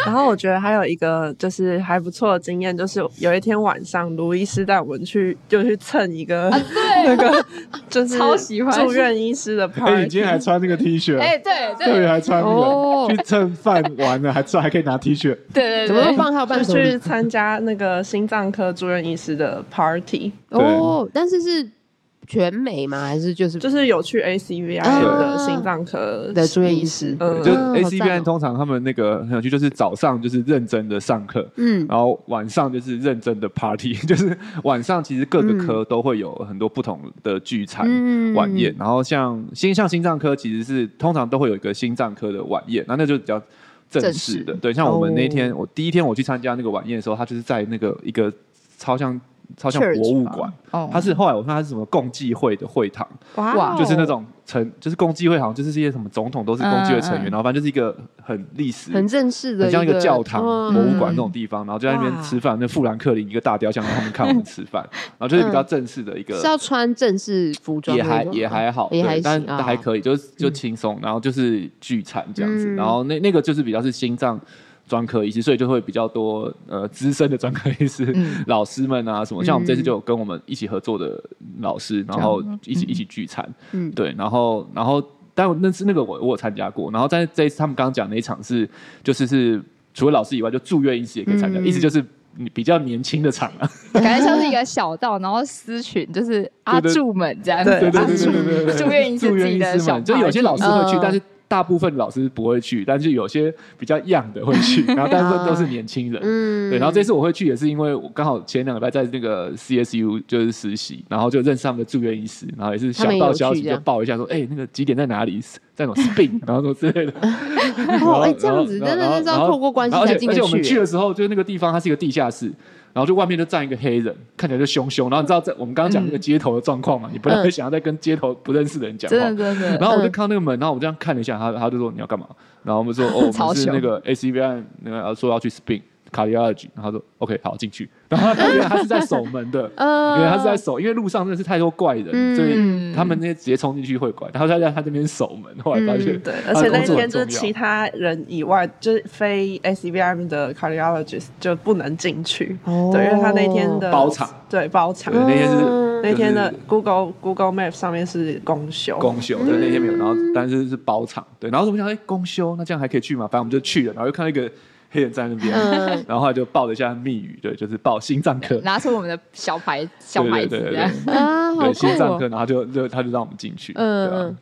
然后我觉得还有一个就是还不错的经验，就是有一天晚上，卢医师带我们去就去蹭一个、 那个就是
超喜欢
住院医师的
哎，你
party，、
今天还穿那个 T 恤，
哎、对
特别
对
还穿那
哦
个去蹭饭玩了，还穿还可以拿 T 恤，
对对
怎么
对
会，放还有
就
伴手
去
礼？
参加那个心脏科住院医师的 party，
哦，但是是全美吗？还是就是
就是有去 ACVI 的心脏科
的住院医师
嗯，
就
嗯
A
好
C
赞
B
哦
N 通常他们那个很有趣，就是早上就是认真的上课，
嗯
然后晚上就是认真的 party，就是 晚上其实各个科都会有很多不同的聚餐。
嗯
晚宴，然后像心像心脏科其实是通常都会有一个心脏科的晚宴，那那就比较正式的。
正式
对，像我们
哦
那天、我第一天我去参加那个晚宴的时候，他就是在那个一个超像超像
Church
博物
吧
馆，
哦
它是后来我看它是什么共济会的会堂，
哇哦，
就是那种成就是共济会好像就是一些什么总统都是共济会成员，
嗯
然
嗯
后反正就是一个很历史
很正式的，
很像一个教堂、
嗯
博物馆那种地方，然后就在那边
哇
吃饭。那富兰克林一个大雕像，让他们看我们吃 饭，然后就是比较
嗯
正式的一个，
是要穿正式服装
也
的那
还
种吗，
也还好，
也还
对，但
行
但还
啊
可以，就是就轻松，然后就是聚餐这样子，
嗯
然后那那个就是比较是心脏。专科医师，所以就会比较多呃资深的专科医师、
嗯
老师们啊什么，像我们
嗯
这次就有跟我们一起合作的老师，然后
这样
一起
嗯
一起聚餐，
嗯
对，然后然后但那次那个我我有参加过，然后但是这一次他们刚刚讲那一场是就是是除了老师以外，就住院医师也可以参加，
嗯
意思就是你比较年轻的场啊，
感觉像是一个小道，然后私群就是阿
对对
柱们这样
啊
子，
对
对对对
阿
对
柱
对对对，
住院医师
住院医
自己的
师嘛，
小
就有些
party
老师会去
嗯，
但是。大部分老师不会去，但是有些比较样的会去，然后大部分都是年轻人。
嗯
对，然后这次我会去也是因为我刚好前两个礼拜在那个 CSU 就是实习，然后就认识他们的住院医师，然后也是
他
小
们也
道
有
消
去
息
这
就
样
报一下说，哎、那个几点在哪里，那种 spin，然后什么之类的。
哦，哎、
然后
这样子
然后
真的是
然后
要透过关系
然后
才
而且
进
而
得
且我们去
去。
的时候，就是那个地方它是一个地下室，然后就外面就站一个黑人，看起来就凶凶。然后你知道在我们刚刚讲那
嗯
个街头的状况嘛，你不太会想要再跟街头不认识的人讲话。
真的真的。
然后我就
嗯
看到那个门，然后我这样看了一下，他他就说你要干嘛？然后我们 说哦，我
超
们是
凶
那个 A C V I 那个说要去 spin 卡迪奥局，然后他说 OK 好进去。 然后他因为他是在守门 的，因
呃
为他是在守，因为路上真的是太多怪人，
嗯
所以他们那些直接冲进去会怪。然后他在他这边守门，后来发现
嗯
对，
他
而
的
且
啊
那
工作
天
很
就
重
是
要。
其他人以外，就是非 SCBM 的 cardiologist 就不能进去。
哦
对，因为他那天的
嗯包场，
对包
对
场，
那天是
嗯
那天的
就是
Google Google Map 上面是公休，
公休，对，那天没有，然后
嗯
但是是包场，对，然后我们想，哎，公休，那这样还可以去吗？反正我们就去了，然后又看到一个黑人在那边，
嗯
然后后来就报了一下密语，对，就是报心脏科，
拿出我们的小牌小牌子
对对
这
对
样
对，
啊，好
对，
酷
心脏
哦！
科，然后就就他就让我们进去，
嗯
对啊
嗯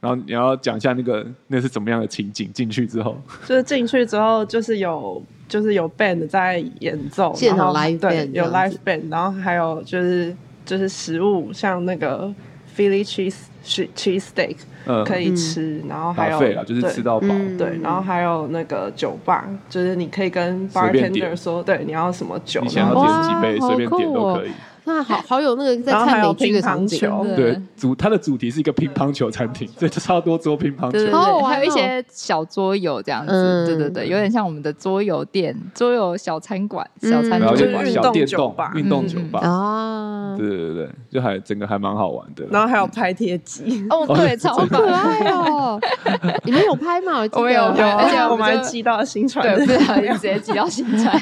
然后你要讲一下那个那是怎么样的情景？进去之后，
就是进去之后就是有就是有 band 在演奏，
现场
然后
live
对
band
有
这样
live band，然后还有就是就是食物，像那个 Philly cheese cheese steak
嗯，
可以吃，然后还
打
有
废了，就是
对
吃到饱，
嗯
对，然后还有那个酒吧，就是你可以跟
随便点
bartender 说，对，你要什么酒，
你想
然
要
后
点几
哇
杯
好
随便点
酷
都
哦
可以。
那好好有那个在
然后还
看
有
美剧的
乒
场
乓
景，
球，
对嗯
对，主它的主题是一个乒乓球餐厅，所以就是要多桌乒乓
对对
球。
好好
对，
玩
还有一
哦
些小桌游这样
嗯
子，对对对，有点像我们的桌游店、桌游小餐馆、小餐
然后
就
就是
运
小
动
电
酒
动
吧
运动酒
嗯嗯
吧，
啊，
对对对，就还整个还蛮好玩的。
然后还有拍贴机。
哦，对，超棒
可，爱哦！ 你们有拍吗？我记得
我们有
有，啊
拍而且
我
我
们
们就
还寄到新传
对，
的
不小心直接挤到新传，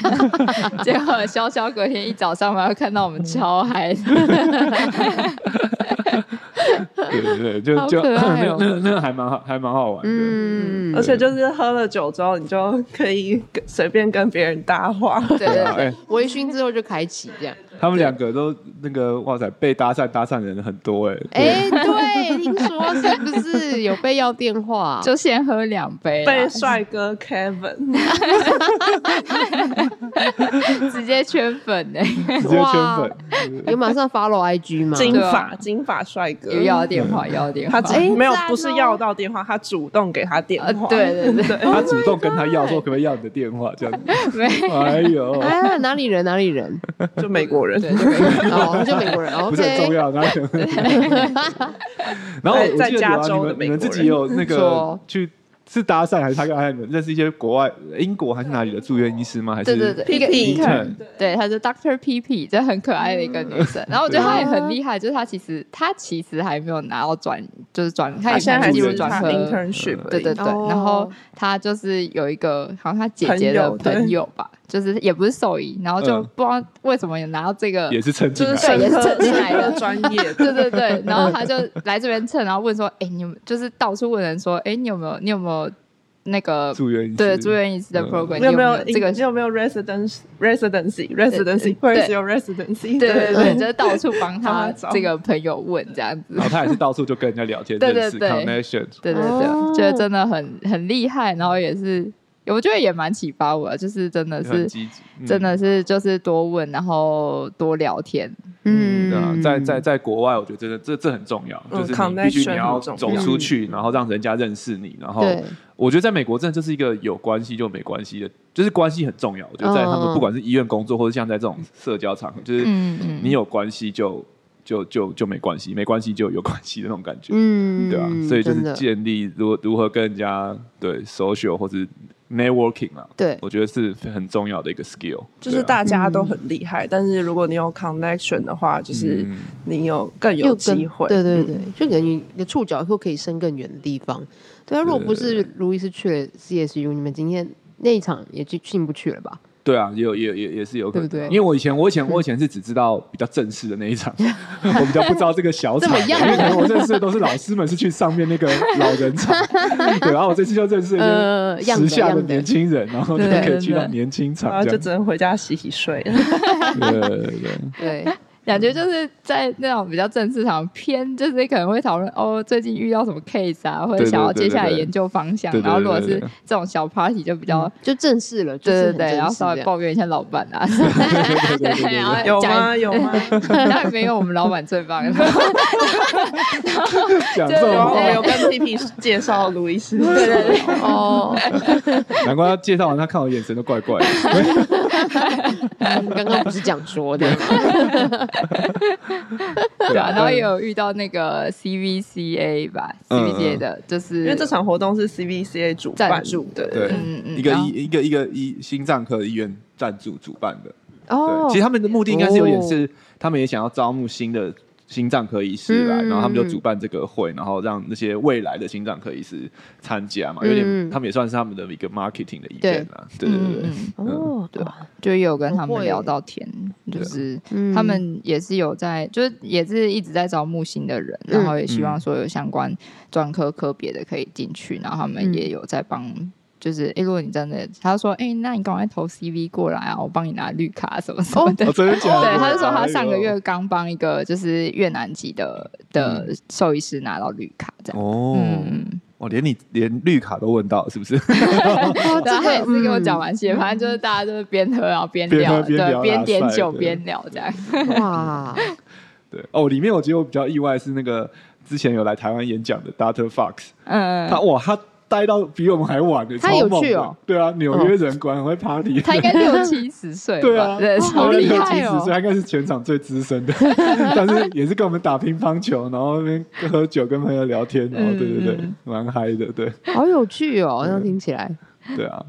结果潇潇隔天一早上班看到我们超嗨 的，
对对对，就
好
就
可 爱
那
哦
那那还蛮好，还蛮好玩的。
嗯
而且就是喝了酒之后，你就可以跟随便跟别人搭话。
对对
啊
对，
哎，
微醺之后就开启这样。
他们两个都那个哇塞，被搭讪搭讪的人很多哎。对
哎，对，听说是不是有被要电 话？
就先喝两杯啦，
被帅哥 Kevin，
啊直接圈粉欸 呢，
直接圈
哇
粉，
有马上 follow IG 吗？
金
对
发
啊
金发帅哥，
又要电话，又要电
他
话，
只
哎
没有
赞哦
不是要到电话，他主动给他电
呃，
话。
对对对，
他主动跟他要说可不可以要你的电话这样子。
没
哎呦，
哎，哪里 人？哪里人？
就美国人。
对对，
哦，就美国人。
不是很重
OK，
要，然后然后我记得
在
有
加
啊，你
州的
们
美
你们
国
自己有那个
说
去是搭讪还是他跟还有你们认识一些国外英国还是哪里的住院医师吗？还是
对对对，一个
intern？
对，她是 Doctor P P，这很可爱的一个女生。然后我觉得她也很厉害，就是她其实她其实还没有拿到转，就是转，她
他
也
现在
才
还
进入
是
转
他
科。
internship，而
对
已
对对，
哦
然后她就是有一个好像她姐姐的
朋友对
朋友吧，就是也不是兽医，然后就
嗯
不知道为什么有拿到这 个
也是趁进
就
来
是
的，
生
也是
科
正进来的
的专业的。
对对对，然后他就来这边蹭，然后问说：“哎、你们就是到处问人说，哎、你有没有你有没有那个
住院医师
对住院医师的
嗯
program？、
你有没有
这个呃
你？有没有 residence residency residency 或者是有 residency？
对对 对，就是到处帮他
帮他找
这个朋友问这样子
然。后他也是到处就跟人家聊 天，
对对
认识
对
connection，
对对对，
哦
觉得真的很很厉害，然后也是我觉得也蛮启发我的，就是真的
很
是。”
积极，嗯
真。的是就是多问，然后多聊天，
嗯
嗯
对啊，在在在国外，我觉得真的这这很重要，
嗯
就是你必须
connection
你要
很重
走
要
出去，然后让人家认识你，然后
对，
我觉得在美国真的就是一个有关系就没关系的，就是关系很重要。我觉得在他
嗯
们
嗯
哦
不管是医院工作，或者像在这种社交场合，就是
嗯嗯
你有关系就就就就没关系，没关系就有关系的那种感觉，
嗯，
对啊，所以就
真
是
的
建立如如何跟人家对 social 或是 networking 啊，
对
我觉得是很重要的一个 skill，
就是
对啊
大家都很厉害，但是如果你有 connection 的话，就是
嗯
你有更
又
有
跟
机会。
对对
嗯
对，就感觉你的触角又可以伸更远的地方。对啊，如果不是路易斯去了 CSU，你们今天那一场也去进不去了吧？
对啊，也有也有也也是有可能啊，
对不对
因为我以前我以前我以前是只知道比较正式的那一场，我比较不知道这个小场的，
怎么样
因为可能我认识的都是老师们是去上面那个老人场，对，然后我这次就认识了
呃
一些
样
时
的
下
样
的
的
年轻人，然后就
对
可以去
对
到年轻场
然后
这
就
样
只能回家洗洗睡了。
对对对对，
对，
感觉就是在那种比较正式场偏，就是可能会讨论哦，最近遇到什么 case 啊，或者
对对
想要
对
接下来
对对
研究方向。
对对
然后如果
对对
是
对
这种小 party 就比较，
就正式了，就
对
是很
对
正
对，
式
然后稍
这
微
样
抱怨一下老板 啊，
对对啊对对
然后
对，
有
讲
吗？有吗？
当然没有我们老板最棒，
讲
对
这
有
种
啊，
话
我有跟 P P 介绍路易斯，
对对对，
哦，
难怪他介绍完他看我眼神都怪怪的。
嗯刚刚不是讲 说的，
对 啊，然后
对
也有遇到那个 CVCA 吧
嗯
，CVCA
嗯
的，就是
因为这场活动是 C V C A 主办
赞助
对
对
嗯嗯
一个
然后
医一个一个医心脏科医院赞助主办的。
哦
对，，其实他们的目的应该是有点
哦
是，他们也想要招募新的心脏科医师来，
嗯
然后他们就主办这个会，然后让那些未来的心脏科医师参加嘛，有
嗯
点他们也算是他们的一个 marketing 的 event 啊，对对
嗯
对对
嗯，
哦，对吧？
就也有跟他
不
们
会
聊到天，
啊
就是
嗯
他们也是有在，就是也是一直在招募新的人，
嗯
然后也希望说有相关专科科别的可以进去，然后他
嗯
们也有在帮。就是，诶如果你真的，他就说，哎、那你赶快投 CV 过来啊，我帮你拿绿卡什么什么的。
哦， 真的假的？
嗯对，他就说他上个
哎
月
呦
刚帮一个就是越南籍的的兽医师拿到绿卡，这
嗯
样。
哦，
嗯，
哦，连你连绿卡都问到，是不是？
哦
然后啊他也是跟我讲
完，
完谢，反正就是大家就是边喝然后边
嗯边
聊，
喝边
对，
聊
边
拉
点
塞
酒
对
边聊这样。
哇，
对，哦，里面我觉得我比较意外是那个之前有来台湾演讲的 Dr. Fox，
嗯，
他哇他。待到比我们还晚的，
他
超
有
猛
去
的
哦。
对啊，纽约人果然很会 party。
他应该 六七十岁 吧？
对啊，
对，
他
超
应
厉
该
害
有70
哦
岁，。他应该是全场最资深的， 但是也是跟我们打乒乓球，然后那边喝酒，跟朋友聊天，然后对对对
嗯嗯，
蛮嗨的，对
好有趣 哦，这样听起来，
对啊，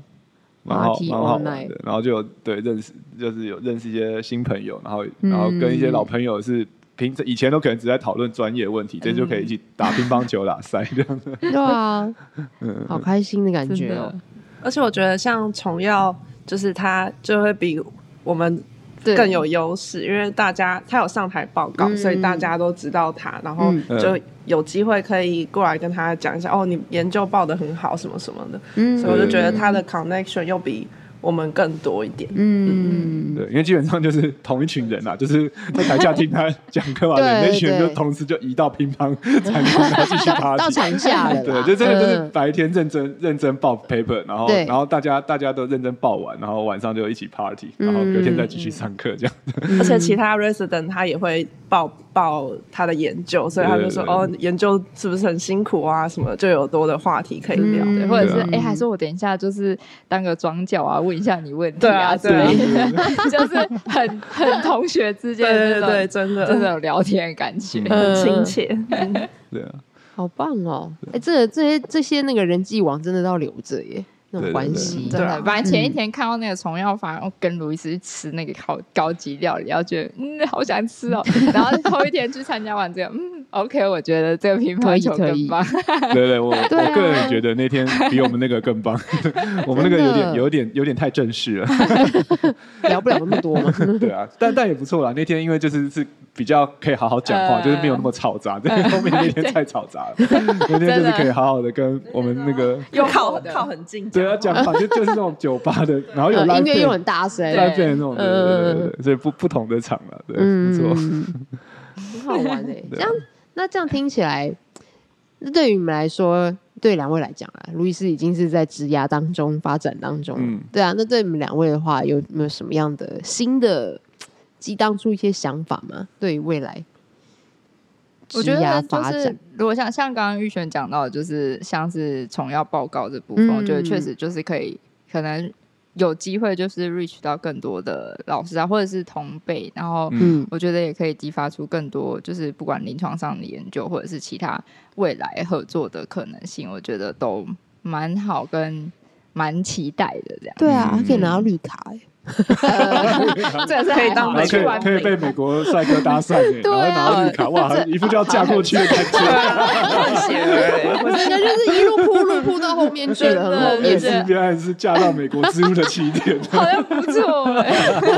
蛮好
Party
蛮好
all
玩
night
的。然后就有对认识，就是有认识一些新朋友，然后
嗯
然后跟一些老朋友是。平以前都可能只在讨论专业问题，这就可以一起打乒乓球、打赛这样的。
对啊，
嗯，
好开心的感
真
觉
的
哦，
而且我觉得像虫药，就是它就会比我们
对
更有优势，因为大家他有上台报告，
嗯
所以大家都知道他，然后
嗯
就有机会可以过来跟他讲一下，哦，你研究报的很好，什么什么的，
嗯
所以我就觉得他的 connection 又比我们更多一点。
嗯，
对，因为基本上就是同一群人啊，就是在台下听他讲课嘛，
对
那群人
对
就同时就移到乒乓场上，然后继续 party。
到场下了 啦，
对，就真的就是
嗯
白天认真认真报 paper，然后
对
然后大家大家都认真报完，然后晚上就一起 party，然
嗯
后隔天再继续上课这样。
而且其他 resident 他也会报报他的研究，所以他就
对
说
对对
哦，研究是不是很辛苦啊？什么就有多的话题可以聊。
嗯
对，或者是
对啊
哎，还是我等一下就是当个庄教啊，问一下你问题
对啊
之类
对
的，就是很很同学之间
对
的
对
那
对，
种
真的
这种聊天的感觉。
嗯
很亲切。
对啊，
好棒哦！哎，这这些这些那个人际网真的要留着耶，那种
对对
关
对
系，
真
对啊
的，反
嗯
正前一天看到那个虫药房，我跟卢医师去吃那个高高级料理，然后觉得嗯好想吃 哦，然后后一天去参加完这个，嗯 OK，我觉得这个乒
可
乓
以
球
可以
更棒，
对对，我
对啊
我个人觉得那天比我们那个更棒， 我们那个有点有点有点太正式了，
聊不了那么多 嘛，
对啊，但但也不错啦。那天因为就是是比较可以好好讲话，
嗯
就是没有那么吵杂，但是后面那天太吵杂了，那天就是可以好好的跟我们那个。
又
幽
靠
默的
靠很近，
对啊，讲法就就是那种酒吧的，然后有
嗯
live
音乐又
band
很大声，
在变那种，对对对
嗯
对对，所以不不同的场了，对，不
嗯，
错。
很好玩哎、这
对啊
样那这样听起来，那对于你们来说，对两位来讲啊，路易斯已经是在职涯当中发展当中，
嗯
对啊。那对你们两位的话，有没有什么样的新的激荡出一些想法吗？对于未来职
我觉
涯
得
发
就
展
是，，如果像像刚刚玉璇讲到的，就是像是虫药报告这部分，
嗯
我觉得确实就是可以，可能有机会就是 reach 到更多的老师啊，或者是同辈，然后
嗯
我觉得也可以激发出更多，就是不管临床上的研究，或者是其他未来合作的可能性，我觉得都蛮好跟蛮期待的 这样。
对啊，
嗯
还可以拿到绿卡哎、
这也是
可以
还
当
好
然
美
后可
去
国
完
以可以
美
被美国帅哥搭讪欸
对啊
然后拿绿卡，哇，一副就要嫁过去的感觉，
对，啊
整个就是一路铺路铺到后面去了，
真的
很后
也
对
面
是原来是嫁到美国之路的起点。
好像不错、欸。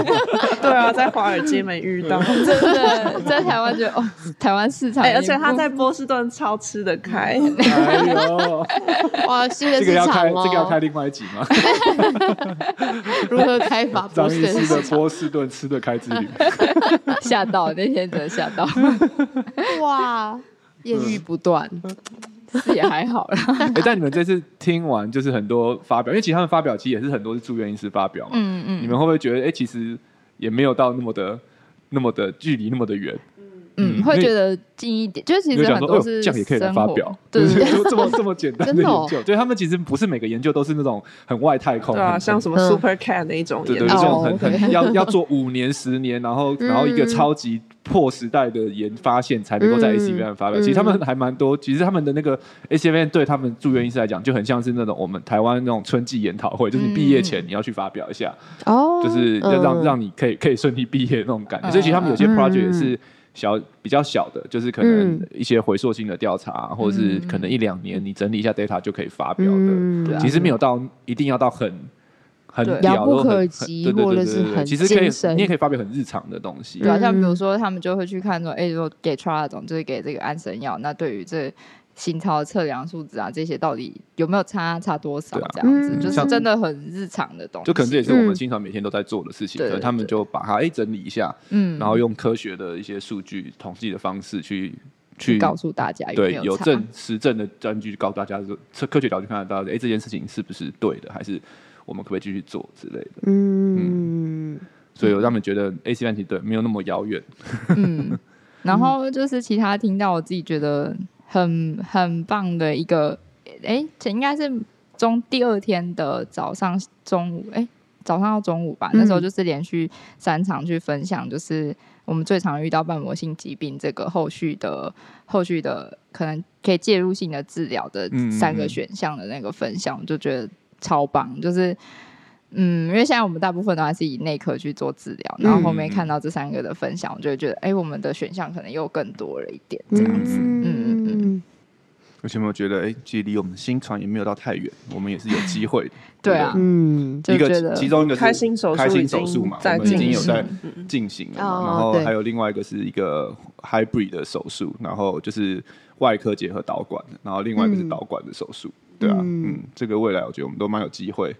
对啊，在华尔街没遇到，
真的在台湾觉得哦，台湾市场
嗯
哎、
已
而
经
且他
不
在波士顿超吃得
哎
开，
呦，
哇，新的
这
市
个要
场
开
哦，
这个要开另外一集吗？
如何开
法
张
波士
医
顿
师
市
的
场，
波士
啊
顿吃的开之 旅，
吓到那天真的吓到， 哇，艳遇不断，是也还好啦，
哎、但你们这次听完就是很多发表，因为其实他们发表其实也是很多是住院医师发表嘛，
嗯
你
嗯
们会不会觉得哎、其实也没有到那么的那么的距离那么的远，
嗯，
嗯
会
因为
觉得近一点，就是其
就
实
想
很
说哎
多
呦
是
这样也可以来
生
发
活
表，
对
就
对
是
对，
就这么这么简单的
真的
研
哦
究，对他们其实不是每个研究都是那种很外太空，
对啊，
很
像什么
嗯
Super Cat 那一种
对
也
对，
哦
这种很
OK
很要要做五年、十年，然后然后一个超级破时代的研发现才能够在
嗯
ACV 案发表。
嗯
其实他们还蛮多，其实他们的那个 ACV 案对他们住院医师来讲，就很像是那种我们台湾那种春季研讨会，就是你毕业前你要去发表一下，
哦，
就是要让
嗯
让你可以可以顺利毕业那种感觉。
嗯
所以其实他们有些
嗯
project 也是。小比较小的，就是可能
嗯
一些回溯性的调查，或者是
嗯
可能一两年你整理一下 data 就可以发表的。
嗯
对啊
其实没有到一定要到很很
对
屌
遥不
或很
可
很
及
对对
或
对
者
对
是
对
很
其实可
艰深
以，你也可以发表很日常的东西
对。啊，像
嗯
比如说他们就会去看说，哎、如果给 trazodone 就是给这个安神药，那对于这心超测量数值啊这些到底有没有差差多少
对啊
这样子，
嗯
就是
像
真的很日常的东西。
就可能这也是我们
嗯
经常每天都在做的事情，
对
可能
对
他们
对
就把它哎整理一下，
嗯，
然后用科学的一些数据统计的方式去去
告诉大家有
对
没
有
差
证实证的证据告诉大家说，科科学角度看得到，哎这件事情是不是对的，还是我们可不可以继续做之类的。
嗯
所以我让他们觉得哎 A C 问题对没有那么遥远，
嗯，然后就是其他听到我自己觉得很很棒的一个，哎，这应该是中第二天的早上中午，哎，早上到中午吧，
嗯
那时候就是连续三场去分享，就是我们最常遇到瓣膜性疾病这个后续的后续的可能可以介入性的治疗的
嗯嗯
三个
嗯
选项的那个分享，我就觉得超棒，就是。嗯，因为现在我们大部分都还是以内科去做治疗，然后后面
嗯
看到这三个的分享，我就会觉得，哎、我们的选项可能又更多了一点，
嗯
这样子。
嗯
嗯嗯
嗯
而且我觉得哎，距离我们新传也没有到太远，我们也是有机会的。
对
不
啊
嗯
就
一
觉
个
得
其中一个是
开心手术
开心
已
手术
经
嘛，
在
我们已经
进
有在
行
进行了
哦
嘛，然后
对
还有另外一个是一个 hybrid 的手术，然后就是外科结合导管的，然后另外一个是
嗯
导管的手术，对啊，
嗯
嗯，这个未来我觉得我们都蛮有机会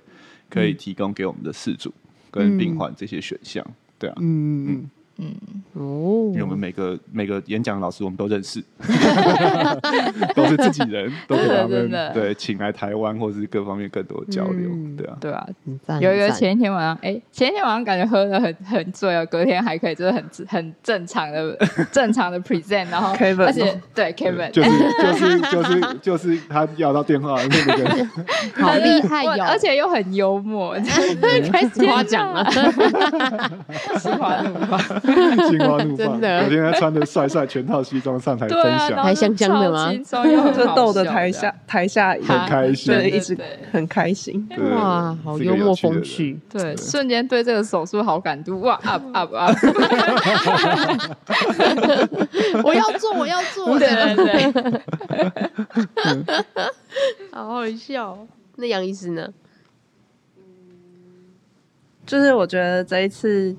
可以提供给我们的事主跟病患这些选项，对啊，
嗯嗯哦
因为我们每个每个演讲老师我们都认识，都是自己人，都给他
真
们
的
对请来台湾或是各方面更多的交流，
嗯
对啊，
对啊，
很赞
有一个
很赞
前一天晚上，哎、前一天晚上感觉喝的很很醉哦，隔天还可以，就是很很正 常的正常的 present，然后
Kevin
而且对 Kevin，
哦就是就是就是就是他要到电话那 个，
好厉害
我
哟，嗯
而且又很幽默，开始
夸奖了，
心花怒放，
心花怒
真
放。
的
昨天他穿着帅帅全套西装上台分
对啊，然
享，
后
还香香的吗
超轻松又很
就
好
逗得
笑
台
这样
下台下一
很开心
对，
对
一直
对对
很开心。
对
哇，好幽默风。趣，
对，
对
瞬间对这个手术好感度哇 up up up，
我要做，我要做，
对对对，
好好笑哦。那杨医师呢？
就是我觉得这一次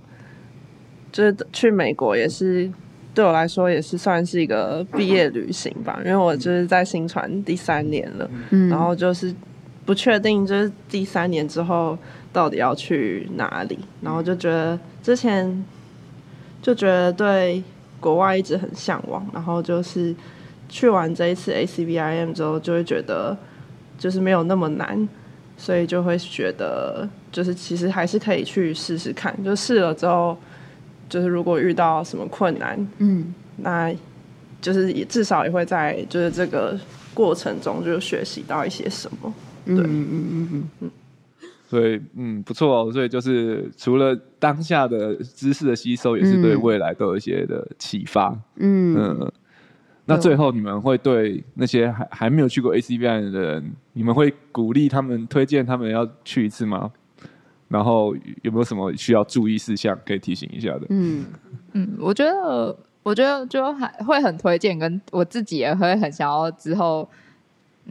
就是去美国也是对我来说也是算是一个毕业旅行吧，因为我就是在新传第三年了，
嗯
然后就是不确定就是第三年之后到底要去哪里，然后就觉得之前就觉得对国外一直很向往，然后就是去完这一次 ACVIM 之后，就会觉得就是没有那么难，所以就会觉得就是其实还是可以去试试看，就试了之后，就是如果遇到什么困难，
嗯
那就是也至少也会在就是这个过程中就学习到一些什么。
嗯嗯嗯
所以嗯，不错哦。所以就是除了当下的知识的吸收，也是对未来都有一些的启发。
嗯嗯，
嗯，那最后你们会对那些还还没有去过 ACVI 的人，你们会鼓励他们、推荐他们要去一次吗？然后有没有什么需要注意事项可以提醒一下的？
嗯
嗯，我觉得我觉得就还会很推荐，跟我自己也会很想要之后。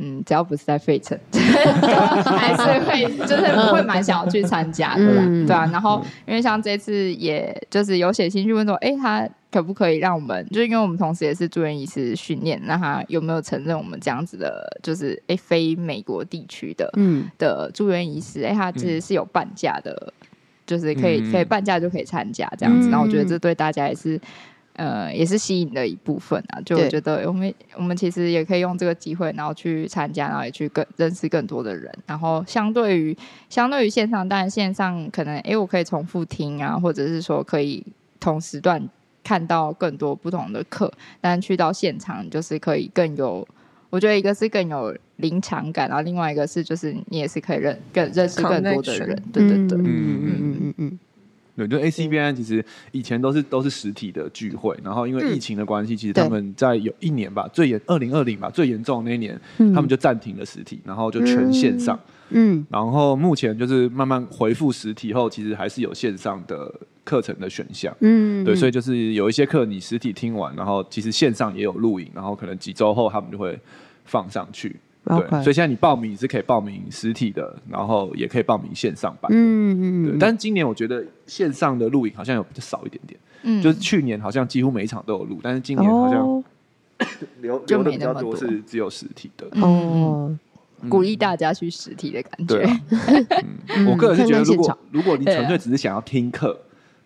嗯，只要不是在费城， 还是会就是会蛮想要去参加的啦，
嗯
对啊。然后因为像这次，也就是有写信去问说，哎、他可不可以让我们，就是因为我们同时也是住院医师训练，那他有没有承认我们这样子的，就是哎、诶非美国地区的
嗯
的住院医师，哎、他其实是有半价的就是可以、
嗯
可以半价就可以参加这样子。
嗯
那、我觉得这对大家也是。呃，也是吸引的一部分啊。就我
对
觉得我们我们其实也可以用这个机会，然后去参加，然后也去更认识更多的人。然后相对于相对于线上，当然线上可能诶，我可以重复听啊，或者是说可以同时段看到更多不同的课，但去到现场就是可以更有，我觉得一个是更有临场感，然后另外一个是就是你也是可以认更认识更多的
Connection
人，对对对，
嗯嗯嗯嗯
对，就 ACBN 其实以前都是都是实体的聚会，然后因为
嗯
疫情的关系，其实
对
他们在有一年吧，最严二零二零吧最严重的那一年，
嗯，
他们就暂停了实体，然后就全线上。
嗯
然后目前就是慢慢恢复实体后，其实还是有线上的课程的选项。
嗯，
对，所以
以
就是有一些课你实体听完，然后其实线上也有录影，然后可能几周后他们就会放上去。对
OK
所以现在你报名是可以报名实体的，然后也可以报名线上版。
嗯嗯
对，
嗯，
但是今年我觉得线上的录影好像有比较少一点点，
嗯，
就是去年好像几乎每一场都有录，但是今年好像
哦
留
就
留的
没
比
那
较
么
多
多
是只有实体的。
嗯
哦，
嗯
鼓励大家去实体的感
对
觉，
啊
嗯
我个人是觉得，如
看看现
果
场
如果你
对啊
纯粹只是想要听课，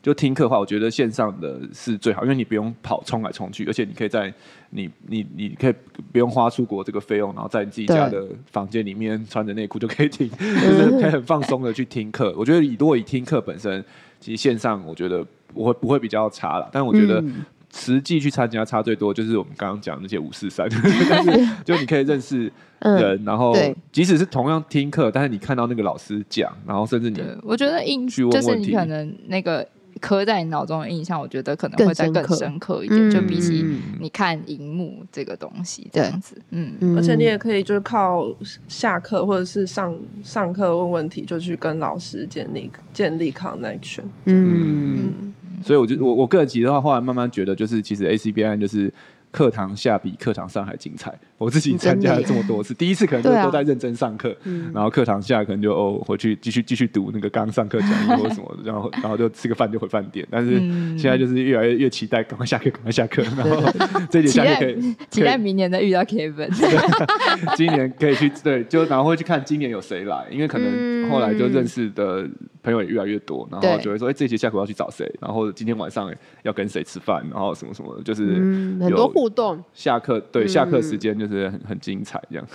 就听课的话，我觉得线上的是最好，因为你不用跑冲来冲去，而且你可以在你你你可以不用花出国这个费用，然后在你自己家的房间里面穿着内裤就可以 听，就是可以很放松的去听课。我觉得以如果以听课本身，其实线上我觉得不会不会比较差了，但我觉得
嗯
实际去参加差最多，就是我们刚刚讲的那些五四 三，但是就你可以认识
嗯
人，然后
对
即使是同样听课，但是你看到那个老师讲，然后甚至你
对，我觉得印
去问
就是
问
你
题
可能那个刻在你脑中的印象，我觉得可能
更
会再
深
更
刻
深刻一点，就比起
嗯
你看荧幕这个东西这样子，嗯。
嗯
而且你也可以就是靠下课或者是上上课问问题，就去跟老师建立建立 connection。
嗯
嗯，
所以我就我我个人其实的话，后来慢慢觉得，就是其实 ACBI 就是课堂下比课堂上还精彩。我自
嗯
己参加了这么多次，第一次可能就
对啊
都在认真上课，
嗯
然后课堂下可能就哦回去继续继续读那个刚上课讲义 或者什么的，然后然后就吃个饭就回饭店。但是
嗯
现在就是越来越越期待赶快下课，赶快下课，然后这一点
期
下
待
课可以。
期待明年再遇到 Kevin，
今年可以去对，就然后会去看今年有谁来，因为可能
嗯
后来就认识的朋友也越来越多，然后
对
就会说，哎，这节下课我要去找谁，然后今天晚上要跟谁吃饭，然后什么什么，就是
嗯，很多
有
互动，
下课对
嗯
下课时间就是很很精彩这样。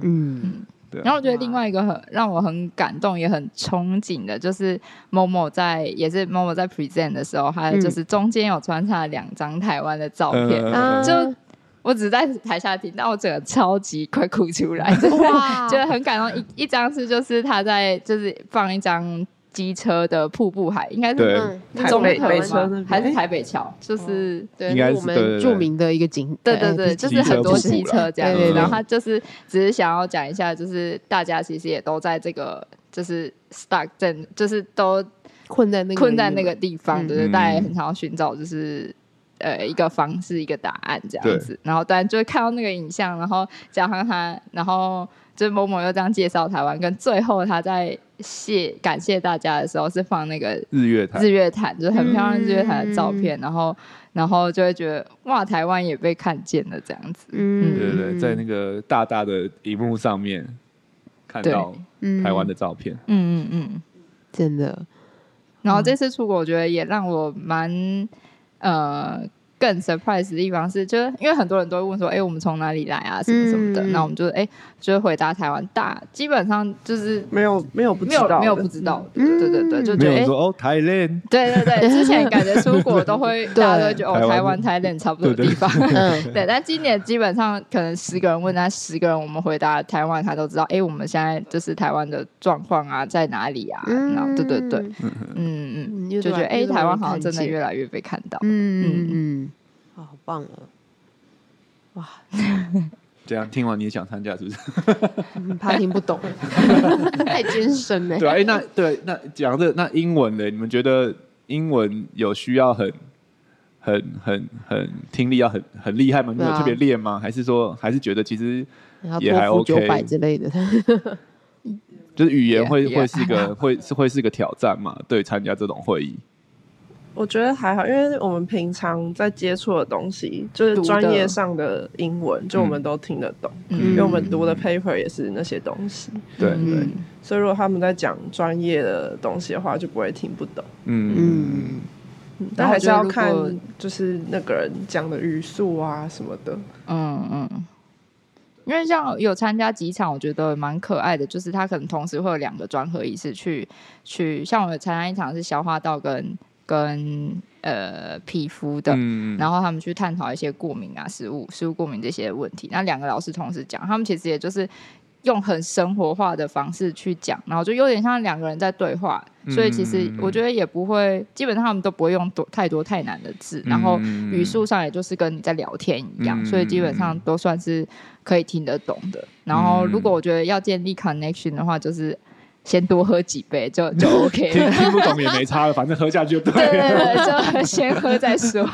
嗯
对啊，
然后我觉得另外一个很让我很感动也很憧憬的，就是某某在也是某某在 present 的时候，他
嗯
就是中间有穿插了两张台湾的照片，
呃
啊
就我只在台下听到，我整个超级快哭出 来，真的
哇，
觉得很感动。一一张是就是他在就是放一张机车的瀑布海，应该
对
是
嗯
台
中
北
和
北
吗
车那边
还是台北桥，就是。
对，
应该是
那我
对对对
们著名的一个景，
对
呃
对对，
不
就是是很多
机
机
车瀑布啦
车这样
对
子
对。
然后
对
他就是只是想要讲一下，就是大家其实也都在这个就是 stuck 在，就是都
困在那个
困在那个地方，
嗯
就是大家也
嗯
很想要寻找，就是。呃，一个方式，一个答案这
对
样子，然后当然就是看到那个影像，然后加上他，然后就是某某又这样介绍台湾，跟最后他在谢感谢大家的时候是放那个
日月潭
日月潭，就是很漂亮
嗯
日月潭的照片，然后然后就会觉得哇，台湾也被看见了这样子，
嗯，
对对对，在那个大大的荧幕上面看到
个
台湾的照片，
嗯嗯嗯。
真的，
然后这次出国，我觉得也让我蛮呃更 surprise 的地方是，就是因为很多人都会问说，哎、我们从哪里来啊，什么什么的，
嗯
那我们就哎、就回答台湾大，基本上就是
没有没有不知
没有
道的，
没有不知道的，
嗯
对对对，就
没
觉得
有
哎。
说哦台湾，
对对 对，之前感觉出国都会，
对
大家都会觉得
台
哦，台
湾
湾、台湾差不多的地方。
嗯，
对，但今年基本上可能十个人问他，十个人我们回答台湾，他都知道。哎，我们现在就是台湾的状况啊，在哪里啊？ 然后对对对，嗯嗯，
嗯，
就
就
觉得哎、台湾好像真的越来越被看到。
嗯嗯，哇好棒啊！哇，
这样听完你也想参加是不是？
嗯怕听 不懂，太艰深了。
对啊，哎、那对那讲这那英文嘞，你们觉得英文有需要很很很很听力要很很厉害吗？你们有
对啊
特别练吗？还是说还是觉得其实
然后
也还
托福九
OK
百之类的，
就是语言会
Yeah, yeah.
会是一个会是会是个挑战嘛？对，参加这种会议，
我觉得还好，因为我们平常在接触的东西，就是
读的
专业上的英文，就我们都听得懂，
嗯
因为我们读的 paper 也是那些东西，
对
嗯
所以如果他们在讲专业的东西的话，就不会听不懂。
嗯，
嗯
然
但
后
还是要
我觉得
看
如果，
就是那个人讲的语速啊什么的。
嗯嗯，因为像有参加几场，我觉得蛮可爱的，就是他可能同时会有两个专科医师去去，像我有参加一场是消化道跟跟呃皮肤的。
嗯
然后他们去探讨一些过敏啊、食物、食物过敏这些问题。那两个老师同时讲，他们其实也就是用很生活化的方式去讲，然后就有点像两个人在对话。所以其实我觉得也不会，基本上他们都不会用多太多太难的字，然后
嗯
语速上也就是跟你在聊天一样，所以基本上都算是可以听得懂的。然后如果我觉得要建立 connection 的话，就是先多喝几杯就就 OK
听
了。
听不懂也没差了，反正喝下去就
对
对
对
了，
对，就先喝再说。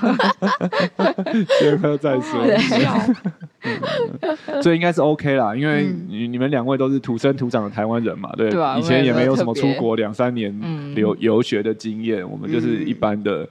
先喝再说。
对
所以应该是 OK 啦，因为
嗯
你你们两位都是土生土长的台湾人嘛，对，
对啊
以前也没有什么
我们也没
出
有
国两三年
嗯
留游学的经验，我们就是一般的、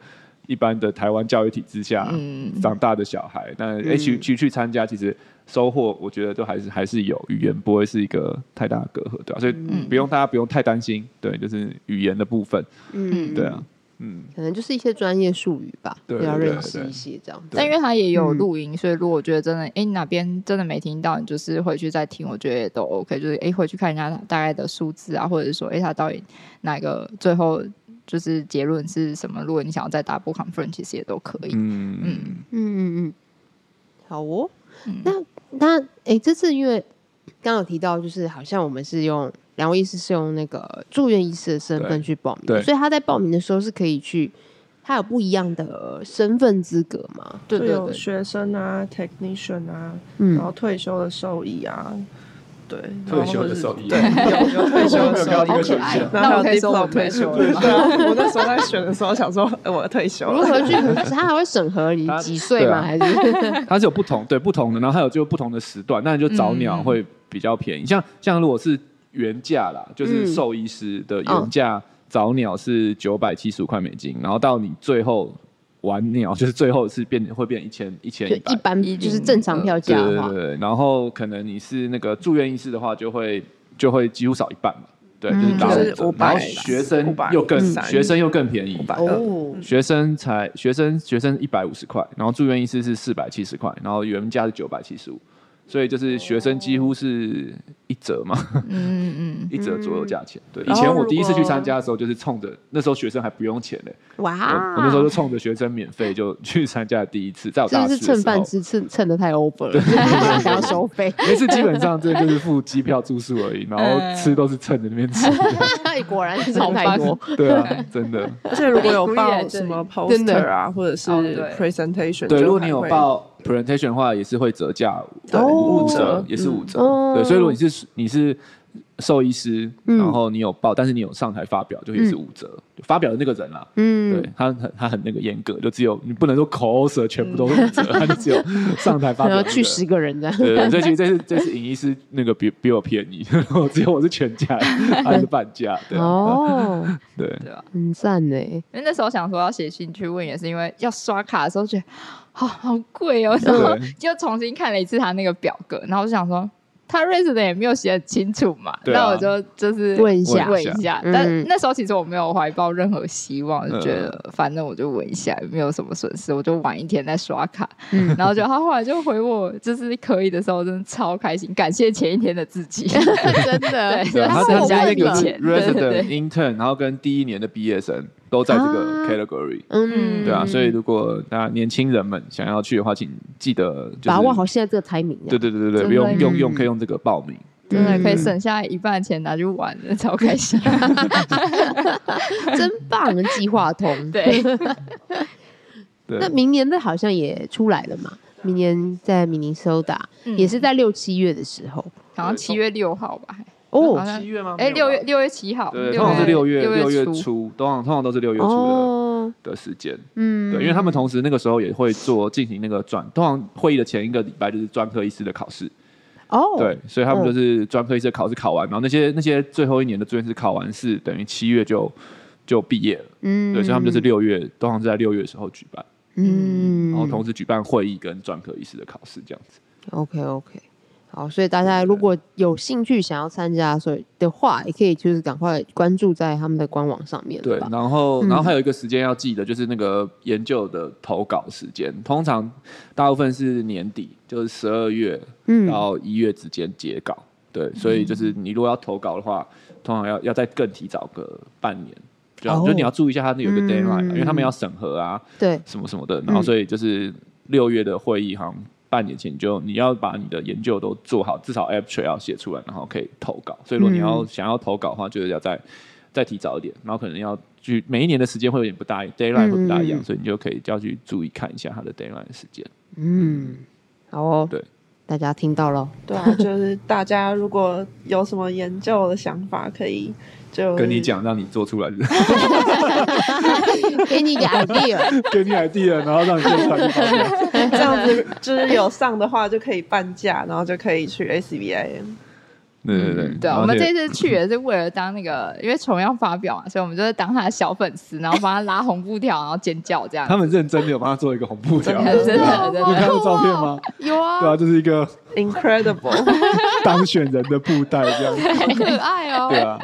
一般的台湾教育体制下
嗯
长大的小孩。那诶去去去参加，其实收获我觉得都还是还是有，语言不会是一个太大的隔阂，对吧、所以
嗯
不用大家不用太担心，对，就是语言的部分，
嗯，
对啊，嗯，
可能就是一些专业术语吧，
对
要
对
认
对
识
对
一些这样子。
但因为他也有录音，所以如果我觉得真的，哎、你哪边真的没听到，你就是回去再听，我觉得也都 OK。就是哎、诶回去看一下大概的数字啊，或者是说，哎、他到底哪个最后就是结论是什么？如果你想要再 double confirm，其实也都可以。
嗯
嗯
嗯嗯嗯，好哦。
嗯
那那诶，这次因为刚刚有提到，就是好像我们是用两位医师是用那个住院医师的身份
对
去报名的，
对
所以他在报名的时候是可以去，他有不一样的身份资格嘛？
对
就
对
有
对，
学生啊、technician 啊，
嗯
然后退休的兽医啊，对，
退休的啊兽医
然后或者是对，有有退
好可
休的兽医，
爱哦。
然
那我
后还
可
有
以说
diploma
我退休了
对
吗？
对啊， 我那时候在选的时候想说，呃我退休
如
了。
何 去？ 他还会审核你
他啊
几岁吗？还是
它是有不同对不同的，然后还有就不同的时段，那你就早鸟
嗯
会比较便宜。像像如果是原价啦，就是
嗯
兽医师的原价、早鸟是九百七十五块美金，然后到你最后晚鸟就是最后是变会变一千一千
就
一百
一。般
110
就是正常票
对
价
对
的
对
话
对，对，然后可能你是那个住院医师的话，就会就会几乎少一半嘛，对，就是
嗯
打五
就是
折。
500
然后学生
500
又更
嗯
学生又更便宜，
百二，
哦，
学生才学生学生一百五十块，然后住院医师是四百七十块，然后原价是九百七十五，所以就是学生几乎是一折嘛，
嗯嗯
一折左右价钱。对，以
然后
前我第一次
如
去
果
参加的时候，就是冲着那时候学生还不用钱嘞、我
哇，
我那时候就冲着学生免费就去参加第一次，在我
是
大
不
四
是
的时候
蹭饭吃蹭蹭的太 over 了， 想要收费？
每次基本上这就是付机 票住宿
嗯
而已，然后吃都是蹭着那边吃，
果然 是
好
蹭太
棒
多，
对 啊，真的。
而且如果有
Agree
报
耶
什么
这里真
poster
的
啊，或者是
哦对
presentation，
对，
就
如果你
还
有
会
报 presentation 的话，也是会折价，
对
五
五
折
折
也是五折。
嗯
对，所以如果你是你是兽医师，
嗯
然后你有报，但是你有上台发表，就也是五折。就发表的那个人啦，
嗯
对，他很他很那个严格，就只有你不能说口舌全部都是五折，他就只有上台发
嗯
表
然后
那个
去十。个人这样。
对对，对所以其实这次这次尹医师那个比比我便宜，我只有我是全价，他是半价，对啊
哦，
对
嗯，。对吧？
很赞呢。
因为那时候想说要写信去问，也是因为要刷卡的时候觉得好好贵哦，然后
对
就重新看了一次他那个表格，然后我就想说他 raise 的也没有写很清楚嘛，
对啊
那我就就是
问一下
问一下。
嗯
但那时候其实我没有怀抱任何希望，就
嗯
觉得反正我就问一下，没有什么损失，我就晚一天再刷卡。
嗯
然后就他后来就回我，就是可以的时候，真的超开心，感谢前一天的自 己。
真的
对
对，啊他
他是
参
我
加那
问
个
的
是
对对
resident
对
intern，然后跟第一年的毕业生都在这个
啊
category，
嗯
对啊，所以如果大家年轻人们想要去的话，请记得就是
把握好现在这个 timing 啊。
对对对对对，
真的
用用用
嗯
可以用这个报名，
真的可以省下一半钱拿去玩了，超 开心。
真棒，计划通。
对，
对，
那明年的好像也出来了嘛，明年在明尼苏达
嗯
也是在六七月的时候
好像七月六号吧，好
哦。
像
月吗
哎，六月哦六月七号，
对，通常是六月
六
六月
初，
初，通常通常都是六月初
哦，
的的时间，
嗯，
对，因为他们同时那个时候也会做进行那个转，通常会议的前一个礼拜就是专科医师的考试，
哦，
对，所以他们
嗯
就是专科医师考试考完，然后那些那些最后一年的住院师考完试，等于七月就就毕业了。
嗯，
对，所以他们就是六月，通常是在六月的时候举办，
嗯，
然后同时举办会议跟专科医师的考试这样子。
OK OK，好，所以大家如果有兴趣想要参加，所以的话，也可以就是赶快关注在他们的官网上面，
对，
吧？
然后
嗯
然后还有一个时间要记得，就是那个研究的投稿时间，通常大部分是年底，就是十二月
嗯，
到一月之间截稿。对，所以就是你如果要投稿的话，通常要要再更提早个半年。就要
哦
就你要注意一下，它有一个
嗯
deadline，、因为他们要审核啊，
对，
什么什么的。然后所以就是六月的会议，好像半年前就你要把你的研究都做好，至少 abstract 要写出来，然后可以投稿。所以如果你要
嗯
想要投稿的话，就是要再再提早一点，然后可能要去每一年的时间会有点不大，deadline 会不大一样，
嗯
所以你就可以就要去注意看一下它的 deadline 的时间。
嗯，好哦，
对，
大家听到了，
对啊，就是大家如果有什么研究的想法，可以
嗯
就
跟你，讲，让你做出来，
给你一个 idea，
给你 idea，然后让你做出来就好了。
这样子就是有上的话就可以半价，然后就可以去 ACBI。
对 对对，
嗯对，
然后
我们
就
这次去也是为了当那个，因为琼要发表嘛，所以我们就是当他的小粉丝，然后帮他拉红布条，然后尖叫这样
他。们认真的有帮他做一个红布条，
真的真的真
你看
的
到照片吗？
有
对
啊，
啊，就是一个
Incredible，
当选人的布袋这样，
好可爱哦
对，啊。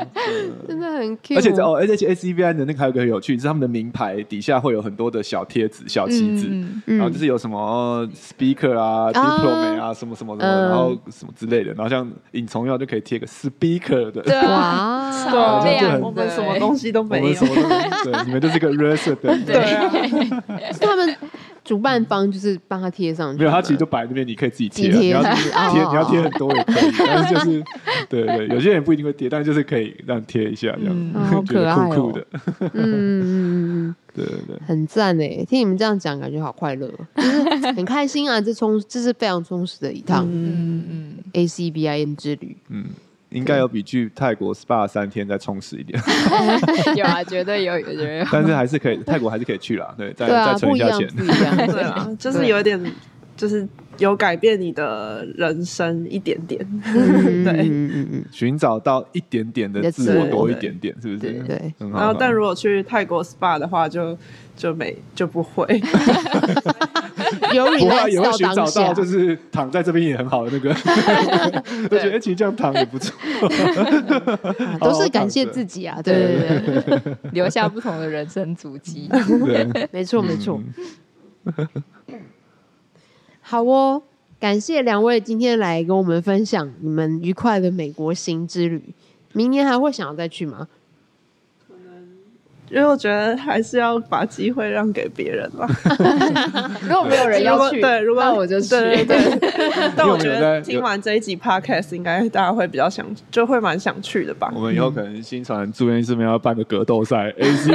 真的很 cute，
而且哦，而且 S E V I 的那个还有个很有趣，是他们的名牌底下会有很多的小贴纸、小旗子，
嗯，
然后就
嗯，
是有什么 speaker 啊、diploma 啊、什么什么什么，然后什么之类的，然后像尹崇耀就可以贴个 speaker 的，
对啊，
哇，
对啊
好像就很
我们什么东西都
我
没
们
有
什。么都没对，你们就是个 resident，
对啊，
是他们主办方就是帮他贴上去，
没有，他其实就摆在那边，你可以自己贴啊，
自己
你
贴
要自己贴，
哦
你要贴很多也可以，但是就是，对对，有些人不一定会贴，但就是可以让贴一下这样，
嗯 好
觉
可
得
爱哦
酷酷的，
嗯嗯嗯嗯。
对对对。
很赞哎！听你们这样讲，感觉好快乐，哦就是很开心啊！这充这是非常充实的一趟
嗯，
嗯
ACBIM 之旅。
嗯，应该有比去泰国 SPA 三天再充实一点，
嗯，有啊，绝对有，有有 有。
但是还是可以，泰国还是可以去啦。对，再、
对啊，
再存
不
一
一
下
样，
钱。
不一样。
对啊，就是有一点，就是有改变你的人生一点点。
嗯
对
嗯嗯嗯
寻找到一点点的自我多一点点，是不是
嗯，？对，
很好。
然后，
很
但
好
如果去泰国 SPA 的话，就就没就不会。
有
不怕也
relax
会
到
寻
当
找
下
到，，就是躺在这边也很好的 那个，我觉得哎其实这样躺也不错。
啊都
好
是
好
感
躺
谢
着
自己啊！对对对
对对对 对，留下不同的人生足 迹。
对，
对，没错没错。
嗯
好哦，感谢两位今天来跟我们分享你们愉快的美国行之旅。明年还会想要再去吗？
因为我觉得还是要把机会让给别人吧。
如果没有人
如
要
果
去，
对，如果
那我就去。
对 对对。
因
但
为我
我
们
觉
有在
得听完这一集 podcast，应该大家会比较想，就会蛮想去的 吧
我。们以后可能新传住院是没有要办个格斗 赛、A C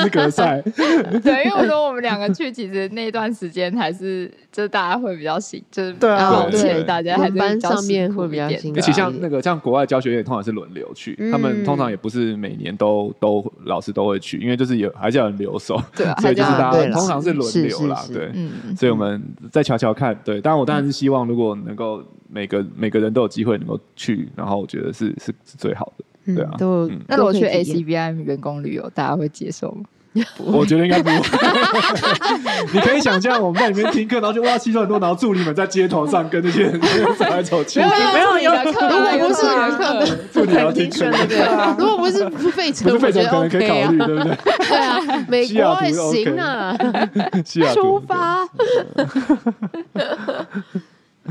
资格赛，
啊
对，因为我说我们两个去，其实那段时间还是，就是大家会比较辛，就是
对啊
抱
对
歉，
对
大家还是比较
轮班上面
辛苦
会比较
一点
辛
而
苦
对啊
且哎像那个像国外教学院，通常是轮流去，
嗯
他们通常也不是每年都都老师都会去，因为就是有还是要有人留守，
对啊
所以就是
还是要
大
对
家
啦
通常是轮流啦，
是是是
对。
嗯，
所以我们再瞧瞧看，对。当然，我当然是希望如果能够每个每个人都有机会能够去，然后我觉得是是是最好的。
嗯
对啊
都
嗯
那如果
都
去
可以体验
ACBI 员工旅游，大家会 接受吗？
我觉得应该不会。你可以想象我们在里面听课，然后就哇七十很多，然后助理们在街头上跟那些人走来走去，
没有
有
有
啊
如果不是
课，
助理要听课
选。的歌啊，
如果不是不费城，
不是费
我觉
城
得
可能可以
OK 啊
考虑，对 不对？
对啊， 美
西雅
国
图
也
OK
行啊，
西雅
出
图
发。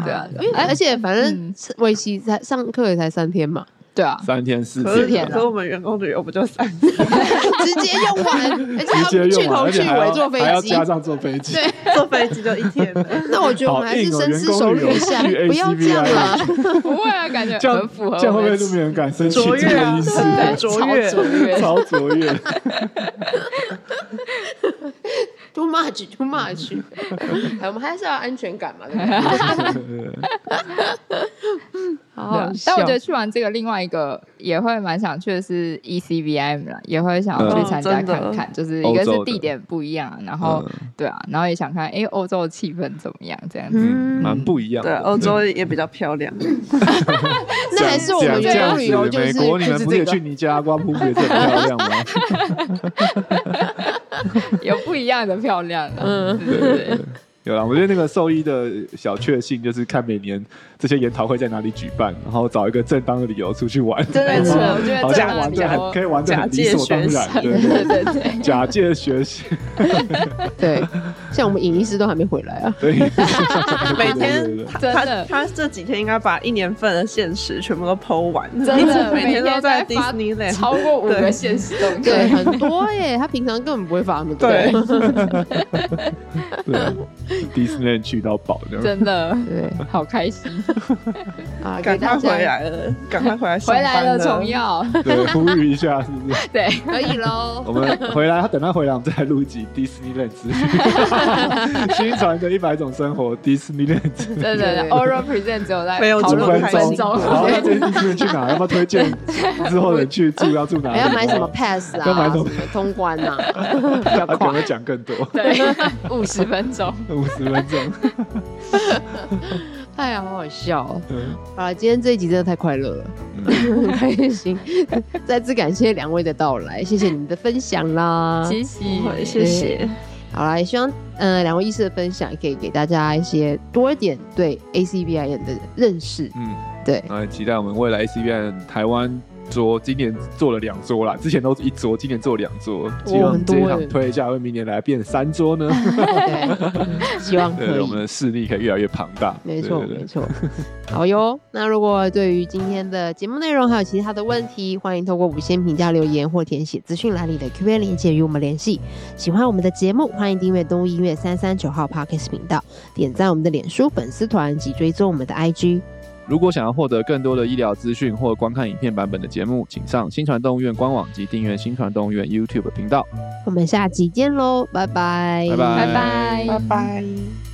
对啊，
因为而且反正
嗯
为期才上课也才三天嘛，
对啊，
三天四
可是
天
天
啊
啊
可是我们员工旅游不就三
直接用完， 而且
直
还
接
要去
用完，
头
而
去
且还
尾
要
坐
还要
飞机。
加上坐飞机，
对
坐飞机就一天了
那我觉得我们还是
好硬哦
深思熟虑一下，
员工旅游去
不要这样了。
不会啊，感觉
这样
很符合
这样会不
我
会
们
就没有人敢申请
卓
这
越
个
啊，
意思？
对卓越，
超卓越
超卓越，
Too much, too much。哎我们还是要有安全感嘛，对不对？好
对啊但我觉得去完这个，另外一个也会蛮想去的是 E ECVM 啦，也会想要去参加
嗯
看看，就是一个
欧洲
是
的
地点不一样，然后、对啊，然后也想看哎欧洲的气氛怎么样这样子。
嗯，
嗯
蛮不一样
对啊
的。，
欧洲也比较漂亮。
那还是我们
这
这
样
个
子
旅游就
美
是
国，你
就
们
是
不是
这
也去
个。
尼加拉瓜瀑布也是很漂亮吗？
有不一样的漂亮了。嗯，对对对，
有啦，我觉得那个兽医的小确幸就是看每年这些研讨会在哪里举办，然后找一个正当的理由出去玩，
真的是，我觉得
好
这
像
样
玩
比
的
较
很可以玩的很理所当
假借学
然，
生
对
对
对
对对
对， 假借学习，
对，像我们影医师都还没回来啊。
对，
每
对对
天
对
他
真
他
的
他这几天应该把一年份的现实全部都剖完，
真的
每天都
在发
Disneyland
超过五个
对
现实动 作
对，。很多耶，他平常根本不会发那么多。
对
对啊，Disneyland 去到饱这样。
真的
对
好开心，
啊，给
赶
大
快
家
回来了，赶快回来上
回
班
来了重要，哦
对，呼吁一下，是不是？
对，
可以喽
我。们回来，等他回来，我们再录一集 Disneyland 之旅，新传的一百种生活 Disneyland 之 旅。
真的
对
oral present 只有在
没有
讨
五
论
分
五
开
分
心
钟
过，
好，那这次去哪？要不要推 荐之后人去住要住哪里？
还要买什么 pass 啊？
要买什
什
么
么通关啊？ 比较
他可能
快
会。讲更多，
对，五十分钟，
五十分钟。
哎呀，好好笑哦！
嗯
好了，今天这一集真的太快乐了， 很开心。再次感谢两位的到来，谢谢你们的分享啦。
谢谢，
谢谢，
好啦，也希望呃两位医师的分享可以给大家一些多一点对 ACVIN 的认识。
嗯，
对，
那期待我们未来 C B N 台湾桌今年做了两桌啦，之前都一桌，今年做两桌，希望
很多
这一
欸
场推一下，会明年来变三桌 呢。
对，希望可
对，
以
我。们的势力可以越来越庞大。
没错，
对对
没
对
错。 好哟，那如果对于今天的节目内容还有其他的问题，欢迎透过五星评价留言或填写资讯栏里的 Q&A 链接与我们联系。喜欢我们的节目，欢迎订阅动物医院三三九号 Podcast 频道，点赞我们的脸书粉丝团及追踪我们的 IG。
如果想要获得更多的医疗资讯或观看影片版本的节目，请上新传动物院官网及订阅新传动物院 YouTube 频道。
我们下集见喽，拜拜，
拜拜
拜拜。
拜拜。